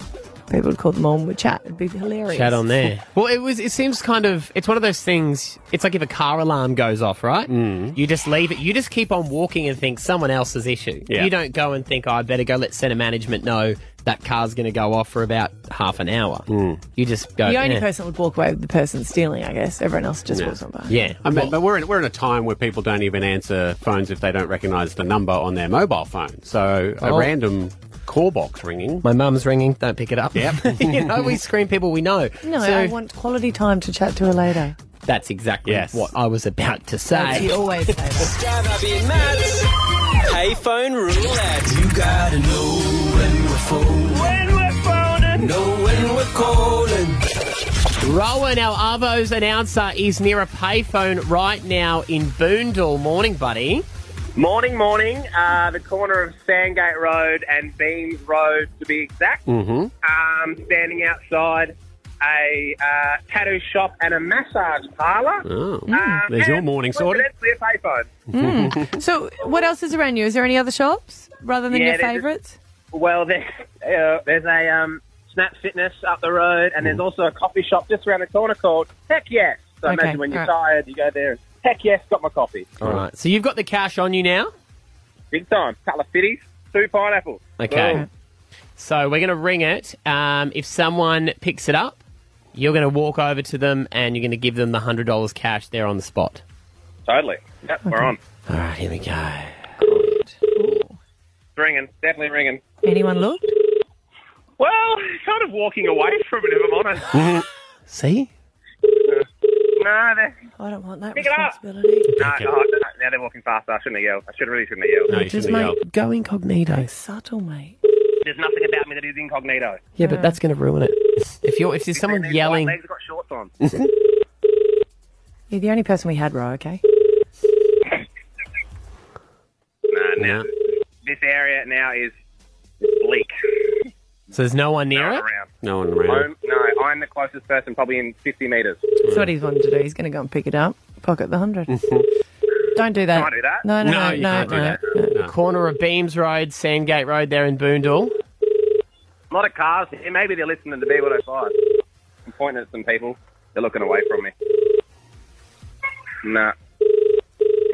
Speaker 4: People would call the mall and we'd chat. It'd be hilarious.
Speaker 2: Chat on there. Well, it was. It seems kind of. It's one of those things. It's like if a car alarm goes off, right? Mm. You just leave it. You just keep on walking and think someone else's issue.
Speaker 20: Yeah.
Speaker 2: You don't go and think, oh, I better go let centre management know that car's going to go off for about half an hour. You just go.
Speaker 4: the only
Speaker 2: "Eh."
Speaker 4: person that would walk away with the person stealing, I guess. Everyone else just walks on by.
Speaker 2: Yeah.
Speaker 3: I mean, but we're in, we're in a time where people don't even answer phones if they don't recognise the number on their mobile phone. So a
Speaker 2: Oh.
Speaker 3: random call box ringing.
Speaker 2: My mum's ringing. Don't pick it up.
Speaker 3: Yep.
Speaker 2: you know, we scream people we know.
Speaker 4: No,
Speaker 2: So-
Speaker 4: I want quality time to chat to her later.
Speaker 2: That's exactly what I was about to
Speaker 4: That's-
Speaker 2: say.
Speaker 4: you always say that.
Speaker 26: Stab Abby and Matt's Payphone Roulette. You gotta know when we're phoning. When we're phoning. Know when we're calling.
Speaker 2: Rowan, our Arvo's announcer, is near a payphone right now in Boondall. Morning, buddy.
Speaker 7: Morning, morning. Uh, the corner of Sandgate Road and Beams Road, to be exact.
Speaker 2: Mm-hmm.
Speaker 7: Um, standing outside a uh, tattoo shop and a massage parlor.
Speaker 3: Oh.
Speaker 7: Um,
Speaker 3: There's your
Speaker 7: and
Speaker 3: morning sorted.
Speaker 7: coincidentally a payphone.
Speaker 3: Hmm.
Speaker 4: Mm. so, what else is around you? Is there any other shops rather than
Speaker 7: Yeah,
Speaker 4: your
Speaker 7: there's a-
Speaker 4: favourites?
Speaker 7: Well, there's, uh, there's a um, Snap Fitness up the road, and
Speaker 2: Hmm.
Speaker 7: there's also a coffee shop just around the corner called Heck Yes. So
Speaker 2: Okay,
Speaker 7: imagine when you're
Speaker 2: all
Speaker 7: tired, you go there and Heck Yes, got my coffee.
Speaker 2: All right. So you've got the cash on you now?
Speaker 7: Big time. Couple of Um, fitties, two pineapples.
Speaker 2: Okay.
Speaker 7: Boom.
Speaker 2: So we're going to ring it. Um, if someone picks it up, you're going to walk over to them and you're going to give them the $100 cash there on the spot.
Speaker 7: Totally. Yep, we're on.
Speaker 2: All right, here we go.
Speaker 7: It's ringing. Definitely ringing.
Speaker 10: Anyone look?
Speaker 7: Well, kind of walking away from it, if I'm honest.
Speaker 2: See?
Speaker 7: No, they're...
Speaker 4: I don't want that
Speaker 7: Pick it up.
Speaker 4: responsibility.
Speaker 7: No, oh, no, now they're walking faster. I shouldn't have yelled. I should really shouldn't have yelled.
Speaker 2: Just mate, go incognito.
Speaker 4: Subtle, mate.
Speaker 7: There's nothing about me that is incognito.
Speaker 2: Yeah, but that's going to ruin it. If you're, if there's someone
Speaker 7: These
Speaker 2: yelling,
Speaker 7: white legs have got shorts on.
Speaker 10: You're the only person we had, Ro, okay?
Speaker 7: Nah, now this area now is bleak.
Speaker 2: so there's no one near
Speaker 7: No
Speaker 2: it.
Speaker 7: one around.
Speaker 2: No one
Speaker 7: I'm, no, I'm the closest person, probably in 50 metres.
Speaker 10: That's what he's wanted to do. He's going to go and pick it up, pocket the 100. don't do that.
Speaker 7: Can I do that?
Speaker 10: No, no, no,
Speaker 2: you
Speaker 10: no.
Speaker 2: can't
Speaker 10: no.
Speaker 2: do that. Corner of Beams Road, Sandgate Road, there in Boondall.
Speaker 7: A lot of cars here. Maybe they're listening to B105. I'm pointing at some people. They're looking away from me. Nah. You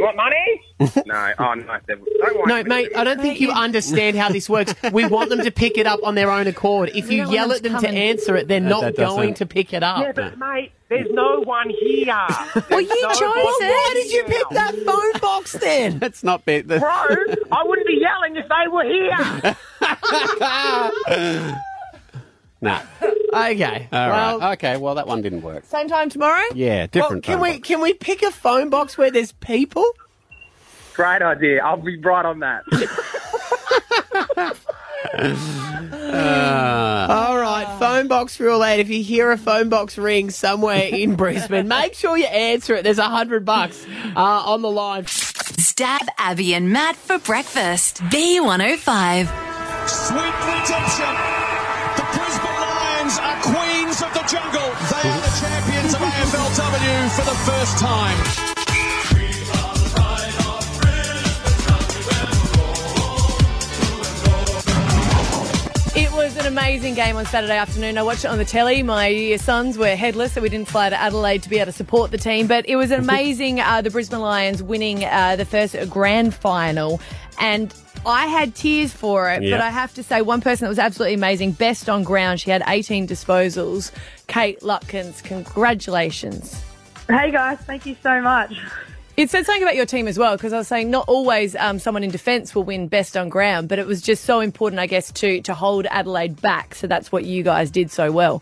Speaker 7: want money? no. Oh, no. they're- Don't worry.
Speaker 2: No, mate, I don't think you understand how this works. We want them to pick it up on their own accord. If
Speaker 7: We
Speaker 2: you
Speaker 7: don't
Speaker 2: yell at
Speaker 7: want
Speaker 2: them
Speaker 7: them
Speaker 2: to
Speaker 7: coming.
Speaker 2: answer it, they're
Speaker 7: That-
Speaker 2: not
Speaker 7: that doesn't-
Speaker 2: going to pick it up.
Speaker 7: Yeah, but, mate, there's no one here. well,
Speaker 2: you chose it. Why did you pick that phone box then?
Speaker 3: That's not big. That's...
Speaker 7: I wouldn't be yelling if they were here.
Speaker 3: nah.
Speaker 2: Okay.
Speaker 3: All right.
Speaker 2: Well-
Speaker 3: Okay. Well, that one didn't work.
Speaker 10: Same time tomorrow?
Speaker 3: Yeah, different
Speaker 2: Well, can
Speaker 3: phone
Speaker 2: we can we pick a phone box where there's people?
Speaker 7: Great idea. I'll be right on that.
Speaker 3: Uh,
Speaker 2: All
Speaker 7: Ah.
Speaker 2: right, phone box rule eight. If you hear a phone box ring somewhere in Brisbane, make sure you answer it. There's a hundred bucks uh, on the line.
Speaker 5: Stab Abby and Matt for breakfast. B105.
Speaker 27: Sweet redemption. The Brisbane Lions are queens of the jungle. They are the champions of AFLW for the first time.
Speaker 4: It was an amazing game on Saturday afternoon. I watched it on the telly. My sons were headless, so we didn't fly to Adelaide to be able to support the team. But it was amazing. Uh, the Brisbane Lions winning uh, the first grand final, and I had tears for it.
Speaker 10: Yeah.
Speaker 4: But I have to say, one person that was absolutely amazing, best on ground. She had 18 disposals. Kate Lutkins, congratulations.
Speaker 9: Hey guys, thank you so much.
Speaker 4: It said something about your team as well, because I was saying not always um, someone in defence will win best on ground, but it was just so important, I guess, to to hold Adelaide back. So that's what you guys did so well.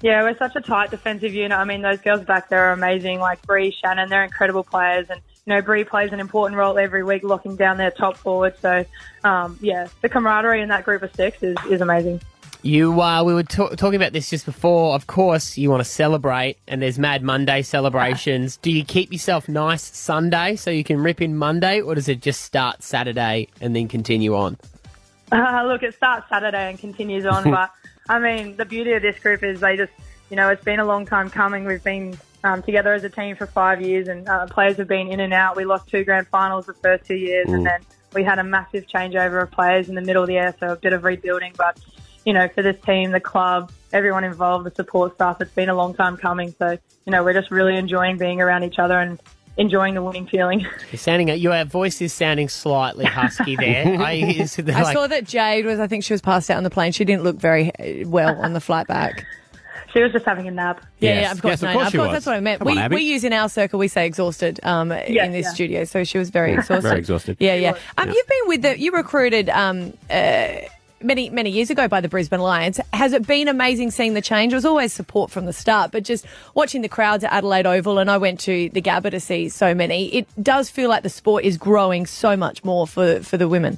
Speaker 9: Yeah, we're such a tight defensive unit. I mean, those girls back there are amazing. Like Bree, Shannon, they're incredible players, and you know Bree plays an important role every week, locking down their top forward. So, um, yeah, the camaraderie in that group of six is, is amazing.
Speaker 2: You, uh, we were ta- talking about this just before. Of course, you want to celebrate, and there's Mad Monday celebrations. Do you keep yourself nice Sunday so you can rip in Monday, or does it just start Saturday and then continue on?
Speaker 9: Uh, look, it starts Saturday and continues on, but I mean, the beauty of this group is they just, you know, it's been a long time coming. We've been um, together as a team for five years, and uh, players have been in and out. We lost two grand finals the first two years,
Speaker 24: Mm.
Speaker 9: and then we had a massive changeover of players in the middle of the year, so a bit of rebuilding. But you know, for this team, the club, everyone involved, the support staff, it's been a long time coming. So you know, we're just really enjoying being around each other and enjoying the winning feeling.
Speaker 2: You're sounding, uh, your voice is sounding slightly husky there. I, is it
Speaker 4: I
Speaker 2: like-
Speaker 4: saw that Jade was, I think she was passed out on the plane. She didn't look very uh, well on the flight back.
Speaker 9: She was just having a nap.
Speaker 4: Yeah,
Speaker 9: Yes.
Speaker 4: yeah, of course,
Speaker 9: Yes, of
Speaker 4: no,
Speaker 9: course
Speaker 4: no, of
Speaker 9: she
Speaker 4: course,
Speaker 9: was.
Speaker 4: that's what I meant.
Speaker 9: Come on,
Speaker 4: we,
Speaker 9: Abby.
Speaker 4: we use in our circle, we say exhausted um, in this
Speaker 9: yeah.
Speaker 4: studio, so she was very
Speaker 9: Very
Speaker 4: exhausted.
Speaker 9: exhausted.
Speaker 4: Yeah, yeah.
Speaker 9: She
Speaker 4: Um,
Speaker 9: was.
Speaker 4: You've been with the, you recruited um, uh, many, many years ago by the Brisbane Lions. Has it been amazing seeing the change? It was always support from the start, but just watching the crowds at Adelaide Oval, and I went to the Gabba to see so many, it does feel like the sport is growing so much more for, for the women.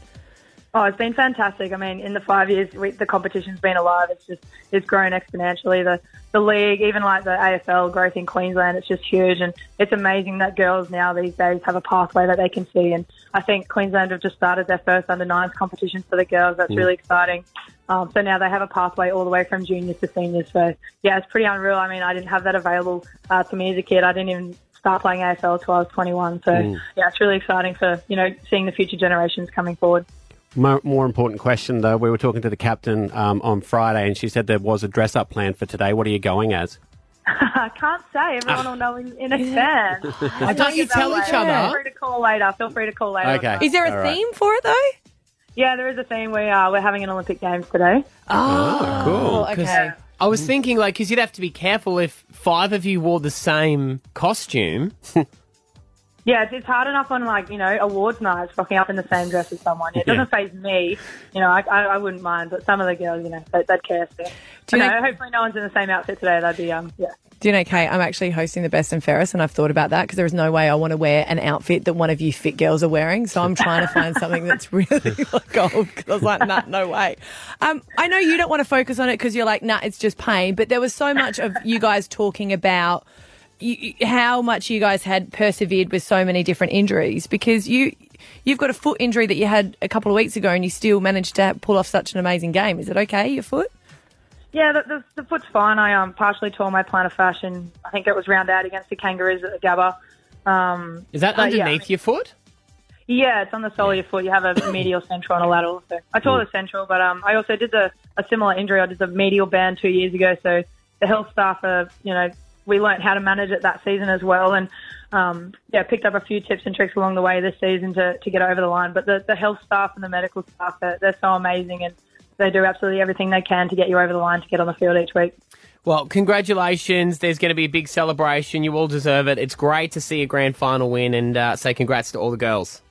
Speaker 9: Oh, it's been fantastic. I mean, in the five years we, the competition's been alive, it's just it's grown exponentially. The the league, even like the AFL growth in Queensland, it's just huge, and it's amazing that girls now these days have a pathway that they can see. And I think Queensland have just started their first under nines competition for the girls. That's
Speaker 23: Mm.
Speaker 9: really exciting. Um, so now they have a pathway all the way from juniors to seniors. So yeah, it's pretty unreal. I mean, I didn't have that available uh, to me as a kid. I didn't even start playing AFL till I was 21. So
Speaker 3: Mm.
Speaker 9: yeah, it's really exciting for you know seeing the future generations coming forward.
Speaker 3: Mo- more important question, though. We were talking to the captain um, on Friday, and she said there was a dress up plan for today. What are you going as?
Speaker 9: I can't say. Everyone will know in, in advance.
Speaker 2: Why don't you tell each other?
Speaker 9: Feel free to call later. Feel free to call later.
Speaker 2: Okay. Is there a All right.
Speaker 9: theme
Speaker 4: for it though?
Speaker 9: Yeah, there is a theme. We are we're having an Olympic Games today.
Speaker 2: Oh,
Speaker 9: cool.
Speaker 2: 'Cause
Speaker 9: okay.
Speaker 2: I was thinking, like, because you'd have to be careful if five of you wore the same costume.
Speaker 9: Yeah, it's, it's hard enough on like you know awards nights, rocking up in the same dress as someone. It doesn't faze me, you know. I, I, I wouldn't mind, but some of the girls, you know, they, they'd care. So.
Speaker 4: Do you
Speaker 9: I
Speaker 4: know-
Speaker 9: know, hopefully, no one's in the same outfit today. That'd be um, yeah.
Speaker 4: Do you know, Kate, I'm actually hosting the Best and Fairest, and I've thought about that because there is no way I want to wear an outfit that one of you fit girls are wearing. So I'm trying to find something that's really like old because I was like, nah, no way. Um, I know you don't want to focus on it because you're like, nah, it's just pain. But there was so much of you guys talking about you, you- how much you guys had persevered with so many different injuries because you. You've got a foot injury that you had a couple of weeks ago, and you still managed to pull off such an amazing game. Is it okay, your foot?
Speaker 9: Yeah, the, the, the foot's fine. I um, partially tore my plantar fashion. I think it was round out against the Kangaroos at the Gabba. Um,
Speaker 2: Is that
Speaker 9: but
Speaker 2: underneath
Speaker 9: yeah, I mean-
Speaker 2: your foot?
Speaker 9: Yeah, it's on the sole of your foot. You have a medial, central, and a lateral. So I tore the central, but um, I also did the, a similar injury. I did the medial band two years ago. So the health staff are, you know, we learnt how to manage it that season as well, and um, yeah, picked up a few tips and tricks along the way this season to, to get over the line. But the, the health staff and the medical staff, they're, they're so amazing, and they do absolutely everything they can to get you over the line to get on the field each week.
Speaker 2: Well, congratulations. There's going to be a big celebration. You all deserve it. It's great to see a grand final win and uh, say congrats to all the girls.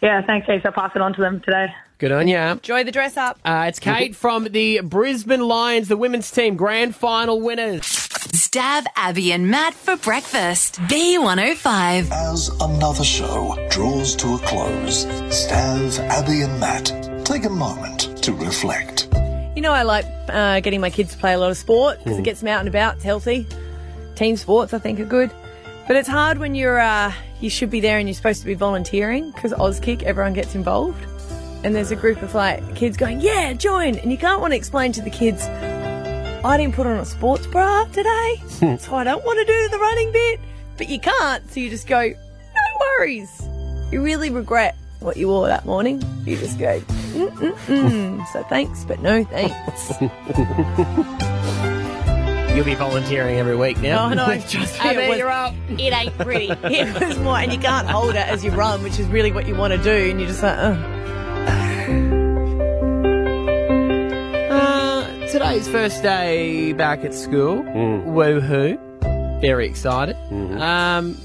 Speaker 9: Yeah, thanks, Heaps. I'll pass it on to them today.
Speaker 2: Good on ya.
Speaker 4: Enjoy the dress up.
Speaker 2: Uh, it's Kate from the Brisbane Lions, the women's team, grand final winners.
Speaker 5: Stab Abby and Matt for breakfast. B105.
Speaker 1: As another show draws to a close, Stav, Abby, and Matt take a moment to reflect.
Speaker 4: You know, I like uh, getting my kids to play a lot of sport because it
Speaker 1: Mm.
Speaker 4: gets them out and about. It's healthy. Team sports, I think, are good. But it's hard when you're uh, you should be there and you're supposed to be volunteering because Auskick, everyone gets involved, and there's a group of like kids going, "Yeah, join!" And you can't want to explain to the kids, "I didn't put on a sports bra today, so I don't want to do the running bit." But you can't, so you just go, "No worries." You really regret what you wore that morning. You just go, Mm-mm-mm. "So thanks, but no thanks."
Speaker 2: You'll be volunteering every week now.
Speaker 4: Oh no, trust me,
Speaker 2: Abby,
Speaker 4: it was,
Speaker 2: you're up.
Speaker 4: It ain't pretty. It was more, and you can't hold it as you run, which is really what you want to do, and you're just like, oh.
Speaker 2: Uh, today's first day back at school. Woohoo. Very excited. Um,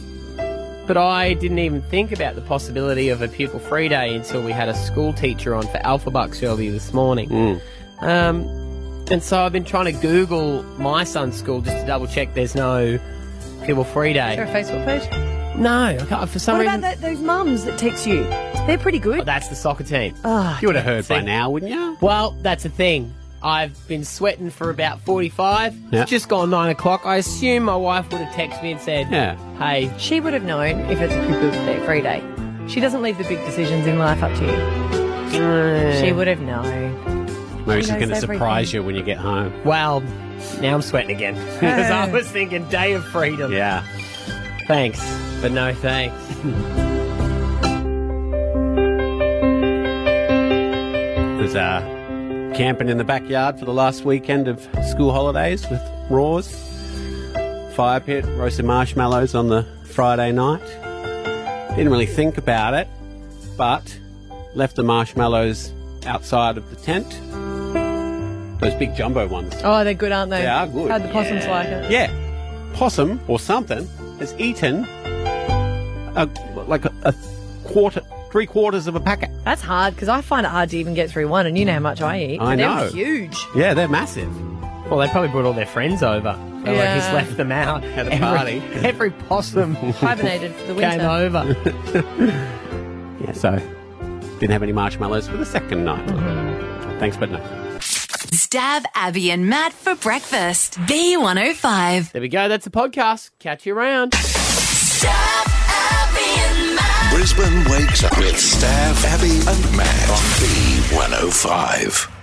Speaker 2: but I didn't even think about the possibility of a pupil free day until we had a school teacher on for Alpha Bucks earlier this morning. Um, and so I've been trying to Google my son's school just to double check there's no pupil free day.
Speaker 4: Is there a Facebook page?
Speaker 2: No, I can't, for some
Speaker 4: what
Speaker 2: reason.
Speaker 4: about tho- those mums that text you? They're pretty good.
Speaker 2: Oh, that's the soccer team.
Speaker 4: Ah,
Speaker 2: you would have heard
Speaker 3: by now, wouldn't you?
Speaker 2: Well, that's the thing. I've been sweating for about 45.
Speaker 3: Yeah.
Speaker 2: It's just gone 9 o'clock. I assume my wife would have texted me and said,
Speaker 3: Yeah.
Speaker 2: hey.
Speaker 4: She would have known if it's a pupil day, free day. She doesn't leave the big decisions in life up to you. She would have known.
Speaker 3: Maybe
Speaker 2: She
Speaker 3: she's going to
Speaker 2: knows
Speaker 3: surprise you when you get home.
Speaker 2: Well, now I'm sweating again. Because I was thinking day of freedom.
Speaker 3: Yeah.
Speaker 2: Thanks, but no thanks.
Speaker 3: was uh, camping in the backyard for the last weekend of school holidays with Roars. Fire pit, roasted marshmallows on the Friday night. Didn't really think about it, but left the marshmallows outside of the tent. Those big jumbo ones.
Speaker 4: Oh, they're good, aren't they?
Speaker 3: They are good.
Speaker 4: How'd the possums like it?
Speaker 3: Yeah, possum or something has eaten a, like a, a quarter, three quarters of a packet.
Speaker 4: That's hard because I find it hard to even get through one, and you know how much I eat.
Speaker 3: I
Speaker 4: they're
Speaker 3: know.
Speaker 4: huge.
Speaker 3: Yeah, they're massive.
Speaker 2: Well, they probably brought all their friends over. So, like, he's
Speaker 4: Yeah.
Speaker 2: left them out. At
Speaker 3: the
Speaker 2: every,
Speaker 3: party.
Speaker 2: Every possum
Speaker 4: Hibernated for the winter.
Speaker 2: came over.
Speaker 3: Yeah, so didn't have any marshmallows for the second night. Thanks, but no.
Speaker 5: Stab Abby and Matt for breakfast. B105.
Speaker 2: There we go. That's the podcast. Catch you around.
Speaker 1: oh Brisbane wakes up with Stav, Abby, and Matt on B105.